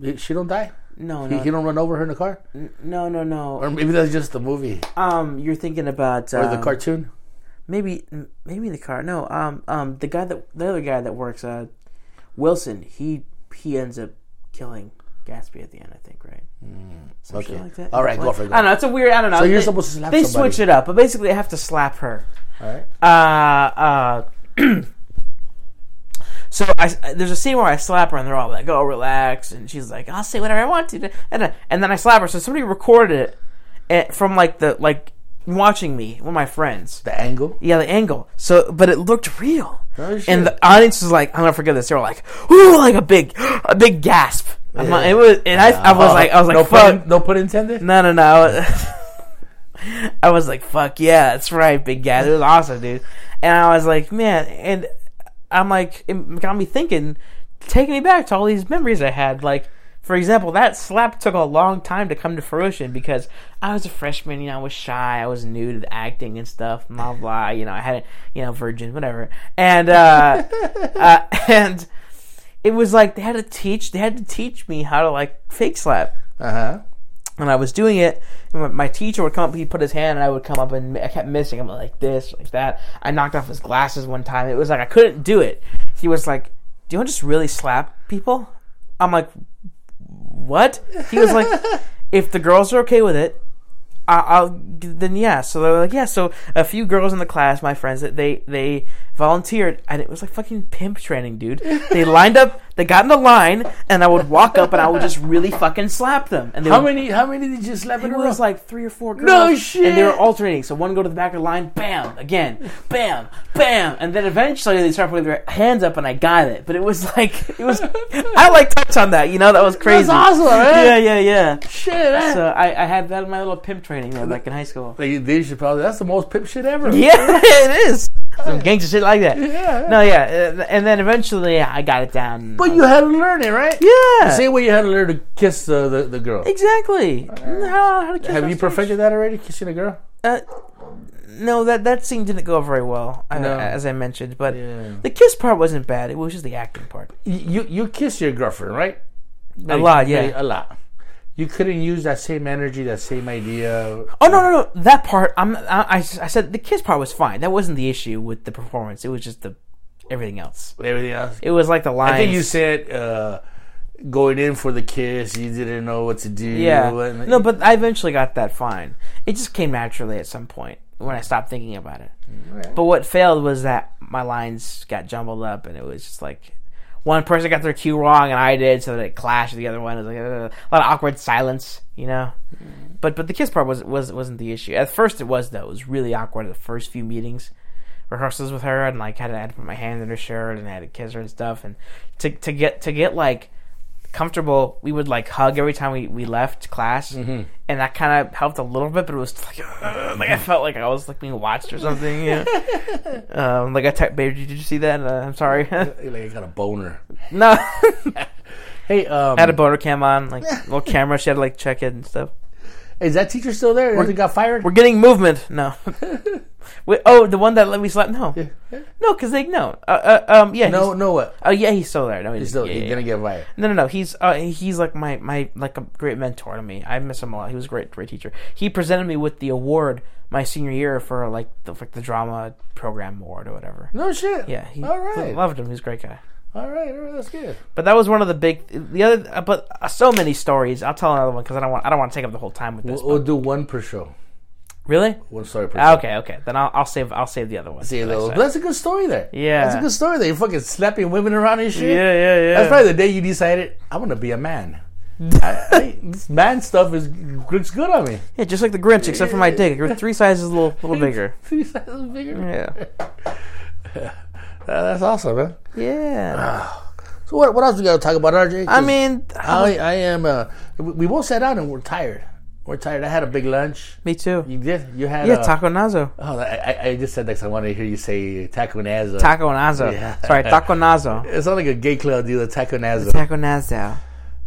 He- She don't die. No, He, no, he don't run over her in the car, no, no, no. or maybe that's just the movie Um, you're thinking about or um, the cartoon. maybe m- maybe the car. No, um, um, the guy that the other guy that works, uh, Wilson. He he ends up killing Gatsby at the end. I think right. Some Hmm, shit okay. like that. All right, go What? for it, go I don't know. It's a weird. I don't know. So you're They- supposed to slap They somebody. switch it up, but basically, I have to slap her. All right. Uh, uh. So I, there's a scene where I slap her and they're all like, "Oh, relax," and she's like, "I'll say whatever I want to," and uh, and then I slap her. So somebody recorded it eh, from like the like watching me, one of my friends. The angle. Yeah, the angle. So, but it looked real. Oh, shit. and the audience was like, "I'm gonna forget this." They were like, "Ooh!" Like a big, a big gasp. I'm like- it was, and I, I was like, I was like, Uh-huh. no "Fuck!" Pun, no pun intended. No, no, no. I was like, "Fuck yeah, that's right, big gasp." It was awesome, dude. And I was like, "Man," and I'm like, it got me thinking, taking me back to all these memories I had. Like, for example, that slap took a long time to come to fruition because I was a freshman, you know, I was shy, I was new to the acting and stuff, blah blah. You know, I had, you know, virgin, whatever, and uh, uh, and it was like they had to teach, they had to teach me how to like fake slap Uh huh. and I was doing it. And my- my teacher would come up, he'd put his hand, and I would come up, and I kept missing. I'm like this, like that. I knocked off his glasses one time. It was like I couldn't do it. He was like, "Do you want to just really slap people?" I'm like, "What?" He was like, "If the girls are okay with it." I- I'll then yeah. So they were like yeah. So a few girls in the class, my friends, that they they volunteered, and it was like fucking pimp training, dude. They lined up, they got in the line, and I would walk up and I would just really fucking slap them. And they How would- many? How many did you slap in it a was row? like three or four girls. No shit. And they were alternating. So one go to the back of the line, bam, again, bam, bam, and then eventually they start putting their hands up, and I got it. But it was like it was. I like touch on that. You know, that was crazy. That's awesome, man. Yeah, yeah, yeah. Shit. eh? So I, I had that in my little pimp training there back in high school. Like, they should probably. That's the most pimp shit ever. Yeah, it is some gangster shit like that. Yeah. No, yeah, uh, and then eventually I got it down. But you had to learn it, right? yeah, Same way you had to learn to kiss the the, the girl. exactly. How, how to kiss Have on you stage. perfected that already? Kissing a girl? Uh, no, that that scene didn't go very well, uh, No. as I mentioned. But Yeah. the kiss part wasn't bad. It was just the acting part. You you kiss your girlfriend, right? A lot, yeah. a lot. You couldn't use that same energy, that same idea. Oh no, no, no! That part, I'm, I, I, s- I said the kiss part was fine. That wasn't the issue with the performance. It was just the everything else. Everything else. It was like the lines. I think you said uh, going in for the kiss, you didn't know what to do. yeah. and- No, but I eventually got that fine. It just came naturally at some point when I stopped thinking about it. But what failed was that my lines got jumbled up, and it was just like one person got their cue wrong, and I did, so then it clashed with the other one. It was like uh, a lot of awkward silence, you know. But but the kiss part was was wasn't the issue. At first, it was though. It was really awkward. The first few meetings, rehearsals with her, and like had to, had to put my hand in her shirt and I had to kiss her and stuff, and to to get to get like comfortable we would like hug every time we, we left class and that kind of helped a little bit but it was like, ugh, like i felt like i was like being watched or something you know? um like i typed babe did you see that uh, i'm sorry Like I got a boner. no Hey, um, I had a boner cam on, like little camera. She had to like check it and stuff. is that teacher still there? Or they got fired? We're getting movement. No. Wait, oh, the one that let me slap. No, no, because they no. Uh, uh, um, yeah, No, he's- no, what? Oh yeah, he's still there. No, he's Still, yeah, you're yeah, gonna get fired. No, no, no. He's uh, he's like my my like a great mentor to me. I miss him a lot. He was a great great teacher. He presented me with the award my senior year for like the like the drama program award or whatever. No shit. Yeah, he All right. loved him. He was a great guy. All right, all right, that's good. But that was one of the big the other. uh, But uh, so many stories. I'll tell another one because I don't want I don't want to take up the whole time with this. We'll, we'll but- do one per show. really? One story per Ah, show. Okay, okay. Then I'll, I'll save I'll save the other one. See, for though, next time. that's a good story there. Yeah. That's a good story there. You fucking slapping women around and shit. Yeah, yeah, yeah. That's probably the day you decided, I'm going to be a man. I, I- this man stuff is looks good on me. yeah, just like the Grinch, except for my dick. It grew three sizes a little little bigger. Three sizes bigger. Yeah, Uh, that's awesome, man. yeah. So what, what else we got to talk about, RJ? 'Cause I mean, I, I am, uh, we we both sat down and we're tired. We're tired. I had a big lunch. me too. You did? You had Yeah, uh, Taco Nazo. Oh, I, I- I just said that 'cause I wanted to hear you say Taco Nazo. Taco Nazo. Yeah. Sorry, Taco Nazo. It's not like a gay club deal, Taco Nazo. Taco Nazo.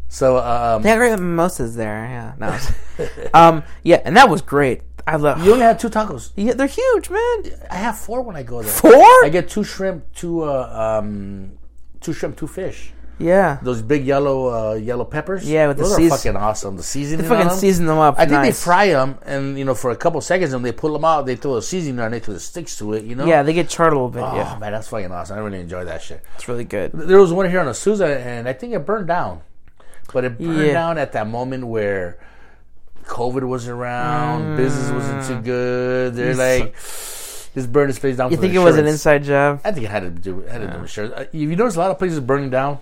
So, um, They had great mimosas there. Yeah, no. um, yeah, and that was great. I love. you only had two tacos. Yeah, they're huge, man. I have four when I go there. Four? I get two shrimp, two uh, um, two shrimp, two fish. Yeah, Those big yellow uh, yellow peppers. Yeah, with the those are seas- fucking awesome. The seasoning. they on fucking them. season them up. I think nice. they fry them, and you know, for a couple seconds, and they pull them out. They throw the seasoning on it, throw the sticks to it. You know. Yeah, they get charred a little bit. Oh Yeah, man, that's fucking awesome. I really enjoy that shit. it's really good. There was one here on Azusa, and I think it burned down. But it burned Yeah. down at that moment where COVID was around, business wasn't too good. They're like, just burn this place down. Mm. You for think the it was an insurance. inside job? I think it had to do had to do with insurance. Uh, You you notice a lot of places burning down,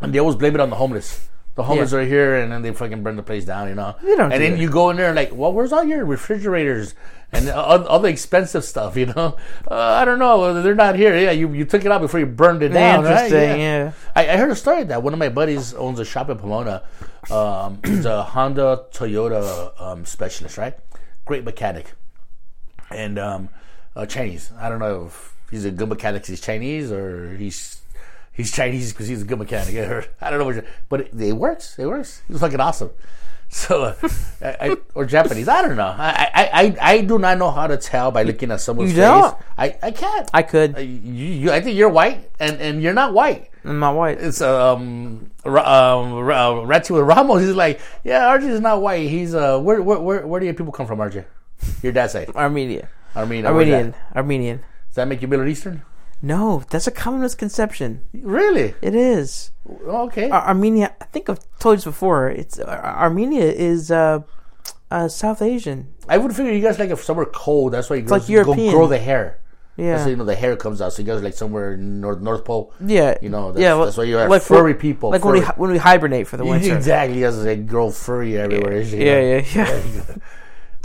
and they always blame it on the homeless. The homeless Yeah. are here, and then they fucking burn the place down, you know. They and don't do then that. you go in there and like, well, where's all your refrigerators and all, all the expensive stuff, you know? Uh, I don't know. They're not here. Yeah, you, you took it out before you burned it down. right? Interesting. yeah. I, I heard a story that one of my buddies owns a shop in Pomona. Um, he's a Honda Toyota um, specialist, right? Great mechanic, and um, uh, Chinese. I don't know if he's a good mechanic. He's Chinese or he's he's Chinese because he's a good mechanic. or- I don't know, which, but it, it works. It works. He's fucking awesome. So, uh, I, I, or Japanese? I don't know. I, I, I, I do not know how to tell by looking at someone's You face. don't? I, I can't. I could. I, you, you, I think you're white, and, and you're not white And my white. it's um Ra- um Ra- uh, Ratchet with Ramos. He's like, yeah, RJ is not white. He's uh, where where where, where do your people come from, RJ? Your dad's side, Armenian. Armenian. where's that? Armenian. Armenian. Does that make you Middle Eastern? No, that's a common misconception. Really? Oh, It is. Okay. Ar- Armenia, I think I've told you this before. It's Ar- Armenia is uh, uh, South Asian. I would figure you guys like if somewhere cold. That's why you like guys go European. grow the hair. That's Yeah. how you know the hair comes out. So you guys like somewhere in North North Pole. yeah. You know, that's, yeah, that's why you have like furry when- people. Like furry. when we hi- when we hibernate for the winter. exactly, yes, they grow furry everywhere. you know? Yeah, yeah, yeah.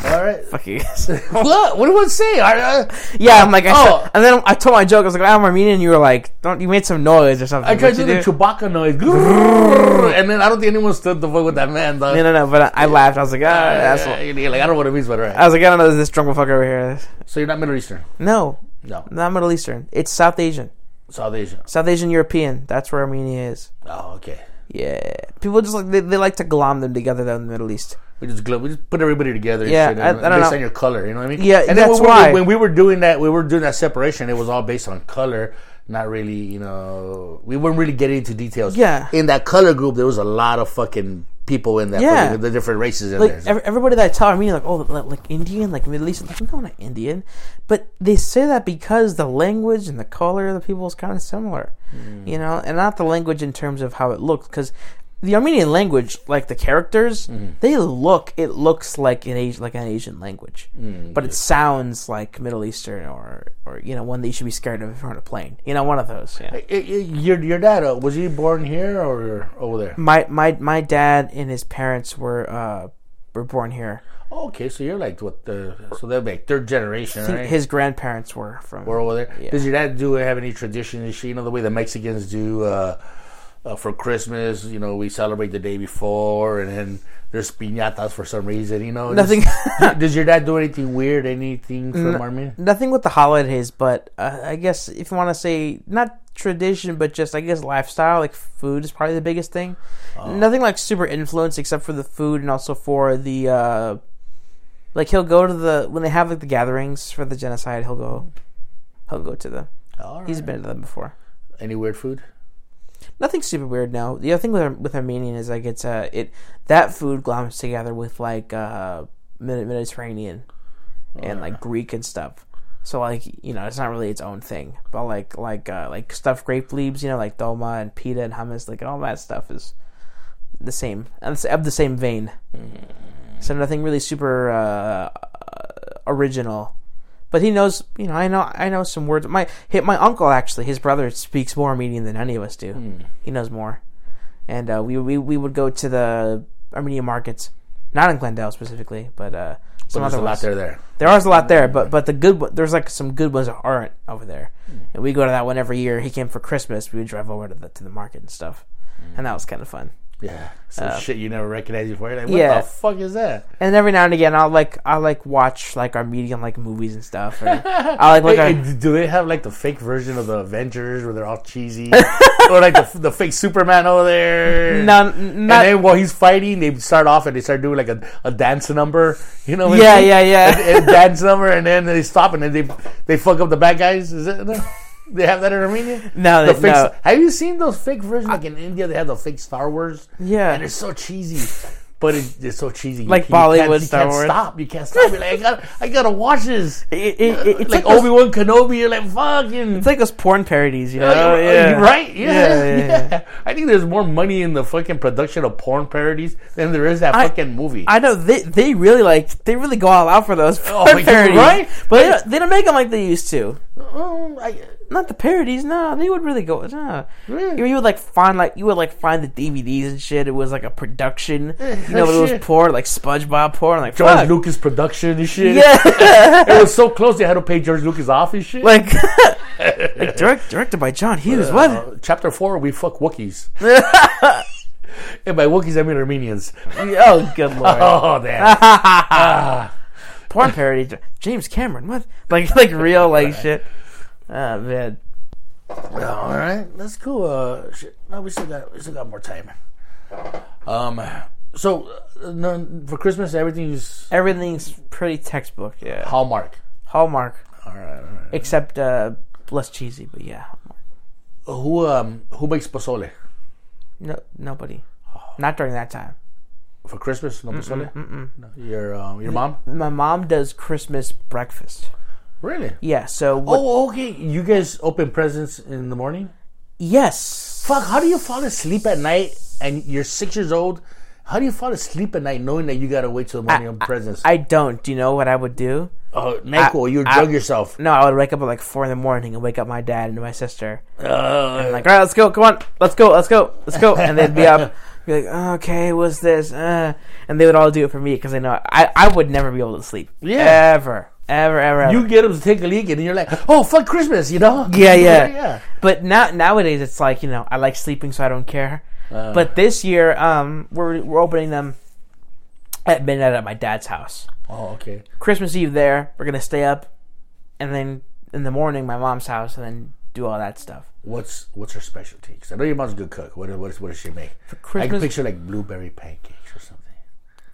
All right. Fucking what? What do I say? I, I, yeah, I'm like, I Oh. said- and then I told my joke. I was like, I'm Armenian. And you were like, don't you made some noise or something? I tried What'd to do you the Chewbacca noise, Grrrr. and then I don't think anyone stood the fuck with that man. Though. No, no, no. But I, I laughed. I was like, ah, asshole. Yeah, you're like I don't want to be sweater. I was like, I don't know this drunk motherfucker over here. So you're not Middle Eastern? No, No, not Middle Eastern. It's South Asian. South Asian. South Asian European. That's where Armenia is. Oh, okay. Yeah, people just like they, they like to glom them together though in the Middle East. We just glo- we just put everybody together. and Yeah, shit, I- and I don't based know. on your color, you know what I mean? Yeah, and that's when, we- why. when we were doing that, we were doing that separation. It was all based on color. Not really, you know. We weren't really getting into details. Yeah. In that color group, there was a lot of fucking people in that. Yeah. fucking- the different races in Like there. So- ev- everybody that I tell Armenia, like oh, like, like Indian, like Middle Eastern. Like, no, not Indian, but they say that because the language and the color of the people is kind of similar, you know, and not the language in terms of how it looks. Because the Armenian language, like the characters, they look it looks like an Asian like an Asian language, but it sounds like Middle Eastern or or you know one that you should be scared of if you're on a plane. You know, one of those. Yeah. I- I- your your dad uh, was he born here or over there? My my my dad and his parents were uh were born here. Okay, so you're like what the so that'd be like third generation, I think right? His grandparents were from. We're over there. Does your dad do have any tradition? Is she you know the way the Mexicans do uh, uh, for Christmas? You know we celebrate the day before, and then there's piñatas for some reason. You know nothing Does, does your dad do anything weird? Anything from Armenia? nothing with the holidays, but uh, I guess if you want to say not tradition, but just I guess lifestyle, like food is probably the biggest thing. Nothing like super influenced except for the food and also for the uh, like he'll go to the when they have like the gatherings for the genocide, he'll go he'll go to them. All right. He's been to them before. Any weird food? Nothing super weird. No, the other thing with with Armenian is like it's uh it that food gloms together with like uh Medi- Mediterranean and Oh, like Greek and stuff. So like you know it's not really its own thing, but like like uh, like stuffed grape leaves, you know, like dolma and pita and hummus, like all that stuff is the same of the- of the same vein. Mm. So nothing really super uh, original. But he knows, you know, I know, I know some words. My hi- my uncle actually, his brother speaks more Armenian than any of us do. Hmm. He knows more, and uh, we, we we would go to the Armenian markets, not in Glendale specifically, but uh, some There's other a lot ones. there. There. There is a lot there, but but the good one, there's like some good ones that aren't over there, Hmm. and we go to that one every year. He came for Christmas. We would drive over to the to the market and stuff, Hmm. and that was kind of fun. Yeah. Some shit you never recognize before. You're like, what Uh, yeah. the fuck is that? And every now and again, I'll like I like watch like our medium like movies and stuff. Or I like look Hey, at- hey, do they have like the fake version of the Avengers where they're all cheesy, or like the, the fake Superman over there? no, n- not and then while he's fighting, they start off and they start doing like a, a dance number, you know? what I yeah, mean? yeah, yeah. A, a dance number, and then they stop and then they they fuck up the bad guys. Is it? No? They have that in Armenia. No, the they- fake, no. Have you seen those fake versions? Like in India, they have the fake Star Wars. Yeah. and it's so cheesy. But it, it's so cheesy. You Like can't- you Bollywood can't, Star Wars. You can't stop. You can't stop. You're like, I gotta, I gotta watch this. It- it- it- it's like like those- Obi Wan Kenobi. You're like, fucking. It's like those porn parodies, you know? Oh, yeah. Right? Yeah. Yeah, yeah, yeah. yeah. I think there's more money in the fucking production of porn parodies than there is that I- fucking movie. I know they they really like they really go all out for those Oh, porn you're parodies, right. But they don't, they don't make them like they used to. Oh, I- Not the parodies, no. They would really go. No. You, you would like find like you would like find the DVDs and shit. It was like a production, you know, but it shit. was porn, like SpongeBob porn, like George fuck. Lucas production and shit. yeah, It was so close they had to pay George Lucas off and shit. like like direct, directed by John Hughes. Uh, What? chapter 4, we fuck Wookiees. and by Wookiees, I mean Armenians. Oh, good lord. Oh, damn. porn parody. James Cameron, what? Like like real like shit. Oh man. All right. That's cool. Uh, shit. No, we still got, we still got more time. Um, so, uh, no, for Christmas, everything's Everything's pretty textbook, yeah. Hallmark. Hallmark. All right. All right. Except uh less cheesy, but yeah, Hallmark. Who um who makes pozole No nobody. Oh. Not during that time. for Christmas? No pozole. No, your um, your mom? My mom does Christmas breakfast. Really? Yeah, so what, Oh, okay. You guys open presents in the morning? yes. Fuck! How do you fall asleep at night and you're six years old? How do you fall asleep at night knowing that you gotta wait till the morning on presents? I don't. Do you know what I would do? oh, Nyquil, you I- drug yourself. No, I would wake up at like four in the morning and wake up my dad and my sister. Uh, like, all right, let's go, come on, let's go, let's go, let's go, and they'd be up, be like, "Oh, okay, what's this? Uh, and they would all do it for me because they know I, I would never be able to sleep, Yeah. ever, ever, ever, ever. you get them to take a leak and you're like, oh fuck Christmas, you know? yeah, yeah, But now nowadays it's like you know I like sleeping so I don't care. but this year, um, we're we're opening them at midnight at my dad's house. Oh, okay. Christmas Eve there. We're gonna stay up, and then in the morning my mom's house, and then do all that stuff. What's what's her specialty? 'Cause I know your mom's a good cook. What what, what does she make? For I can Christmas- picture like blueberry pancakes or something.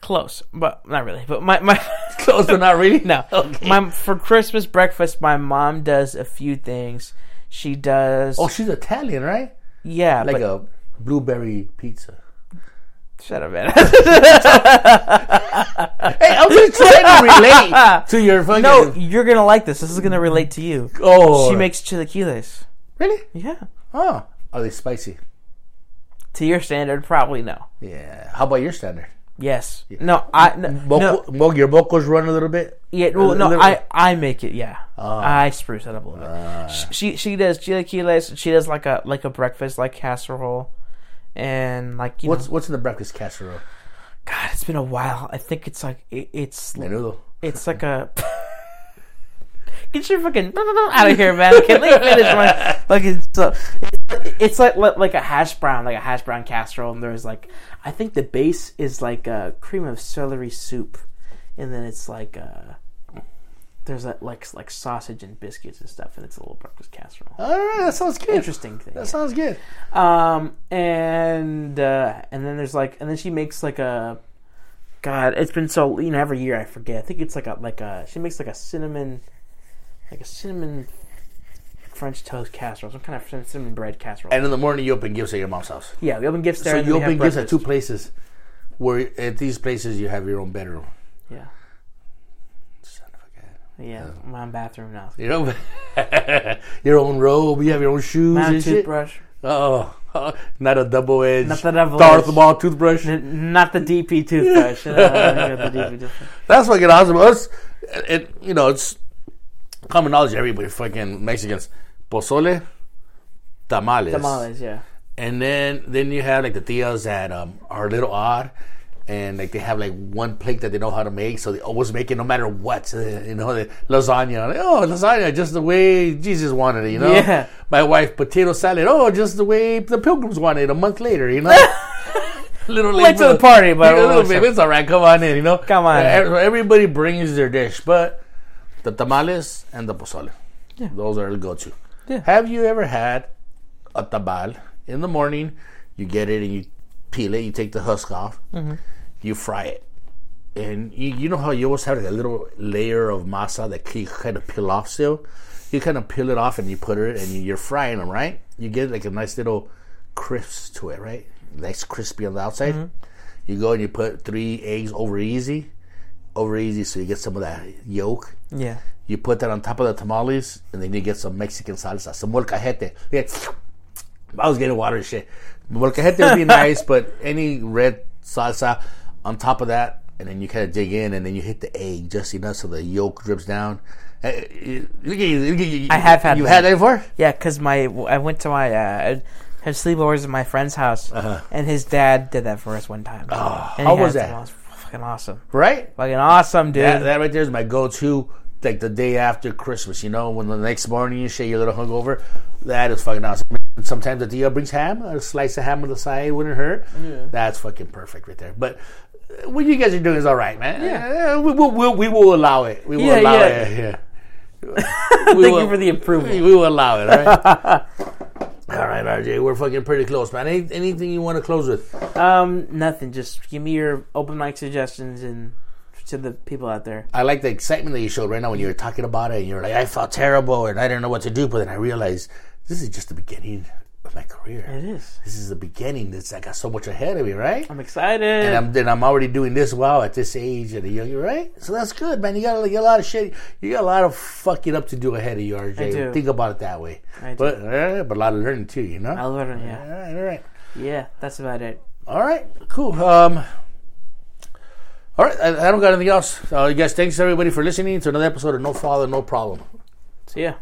Close, but not really. But my my Close, but not really. No. Okay. My for Christmas breakfast, my mom does a few things. She does. Oh, she's Italian, right? yeah, Like but a blueberry pizza. shut up, man. Hey, I'm just trying to relate to your fucking. no, you're gonna like this. This is gonna relate to you. oh, She makes chilaquiles. really? Yeah, Oh, are they spicy? To your standard, probably no. Yeah. How about your standard? Yes. No, I no, no Boco, Bo- your bocos run a little bit. yeah, well, a no, little- I I make it. Yeah, I spruce it up a little bit. Sh she she does chilaquiles. She does like a like a breakfast like casserole, and like you What's know, what's in the breakfast casserole? God, it's been a while. I think it's like it, it's Menudo. It's like a. Get your fucking out of here, man! Can let me finish my fucking stuff. It's like like like a hash brown, like a hash brown casserole, and there's like I think the base is like a cream of celery soup, and then it's like uh there's a, like like sausage and biscuits and stuff, and it's a little breakfast casserole. All right, that sounds good. Interesting thing. That sounds good. Um, and uh, and then there's like, and then she makes like a, God, it's been so you know every year I forget. I think it's like a like a she makes like a cinnamon, like a cinnamon French toast casserole, some kind of cinnamon bread casserole. And in the morning, you open gifts at your mom's house. yeah, we open gifts there. So and then you we have open gifts at breakfast. two places. Where at these places you have your own bedroom. Yeah, Son of a gun. yeah. My own bathroom now. Your own, your own robe. You have your own shoes My own and shit. toothbrush. Oh, not a double edged Not the double Darth edge. Maul toothbrush. N- Not the DP toothbrush. No, not the DP toothbrush. That's fucking awesome. Us, it, it- you know, it's common knowledge. Everybody, fucking Mexicans, pozole, tamales, Tamales, yeah. and then then you have like the tias that um, are a little odd, and like they have like one plate that they know how to make, so they always make it no matter what. So, you know, the lasagna. Like, oh, lasagna, just the way Jesus wanted it. You know, Yeah. My wife, potato salad. Oh, just the way the pilgrims wanted it. A month later, you know. Literally, Late to the party, but a little whatever. bit. It's all right. Come on in, you know. Come on in. Ev- Everybody brings their dish, but the tamales and the pozole. Yeah. Those are the go-to. Yeah. Have you ever had a tabal in the morning? You get it and you peel it. You take the husk off. Mm-hmm. You fry it, and you, you know how you always have that little layer of masa that you kind of peel off still. You kind of peel it off and you put it, and you, you're frying them, right? You get like a nice little crisp to it, right? Nice crispy on the outside. Mm-hmm. You go and you put three eggs over easy, over easy, so you get some of that yolk. Yeah. You put that on top of the tamales, and then you get some Mexican salsa, some molcajete. Yeah, I was getting water and shit. Molcajete would be nice, but any red salsa on top of that, and then you kind of dig in, and then you hit the egg just enough so the yolk drips down. Eh, I I have had you that. had that before. Yeah, because my I went to my uh, I had sleepovers at my friend's house, and his dad did that for us one time. Oh, Uh-huh. how was that? It was fucking awesome, right? fucking awesome, dude. That, that right there is my go-to, like the day after Christmas. You know, when the next morning you shake your little hungover, that is fucking awesome. Sometimes the Dia brings ham, a slice of ham on the side wouldn't hurt. That's fucking perfect right there. But uh, what you guys are doing is all right, man. Yeah. Uh, we, will- we'll- we will allow it. We will Yeah, allow yeah. it. Yeah. Thank Thank you for the improvement. we will allow it. All right. all right, RJ, we're fucking pretty close, man. Any, anything you want to close with? Um, nothing. Just give me your open mic suggestions and to the people out there. I like the excitement that you showed right now when you were talking about it and you were like, I felt terrible and I didn't know what to do. But then I realized this is just the beginning of my It career. is. This is the beginning. This, I got so much ahead of me, right? I'm excited. And I'm, then I'm already doing this wow at this age at a young right? So that's good, man. You got, you got a lot of shit. You got a lot of fucking up to do ahead of you, RJ. I do. Think about it that way. I do. But, uh, but a lot of learning too, you know? I love it. all Yeah, right, all right. yeah. That's about it. All right, cool. Um, all right, I, I don't got anything else. Uh, you guys, thanks everybody for listening to another episode of No Father, No Problem. See ya.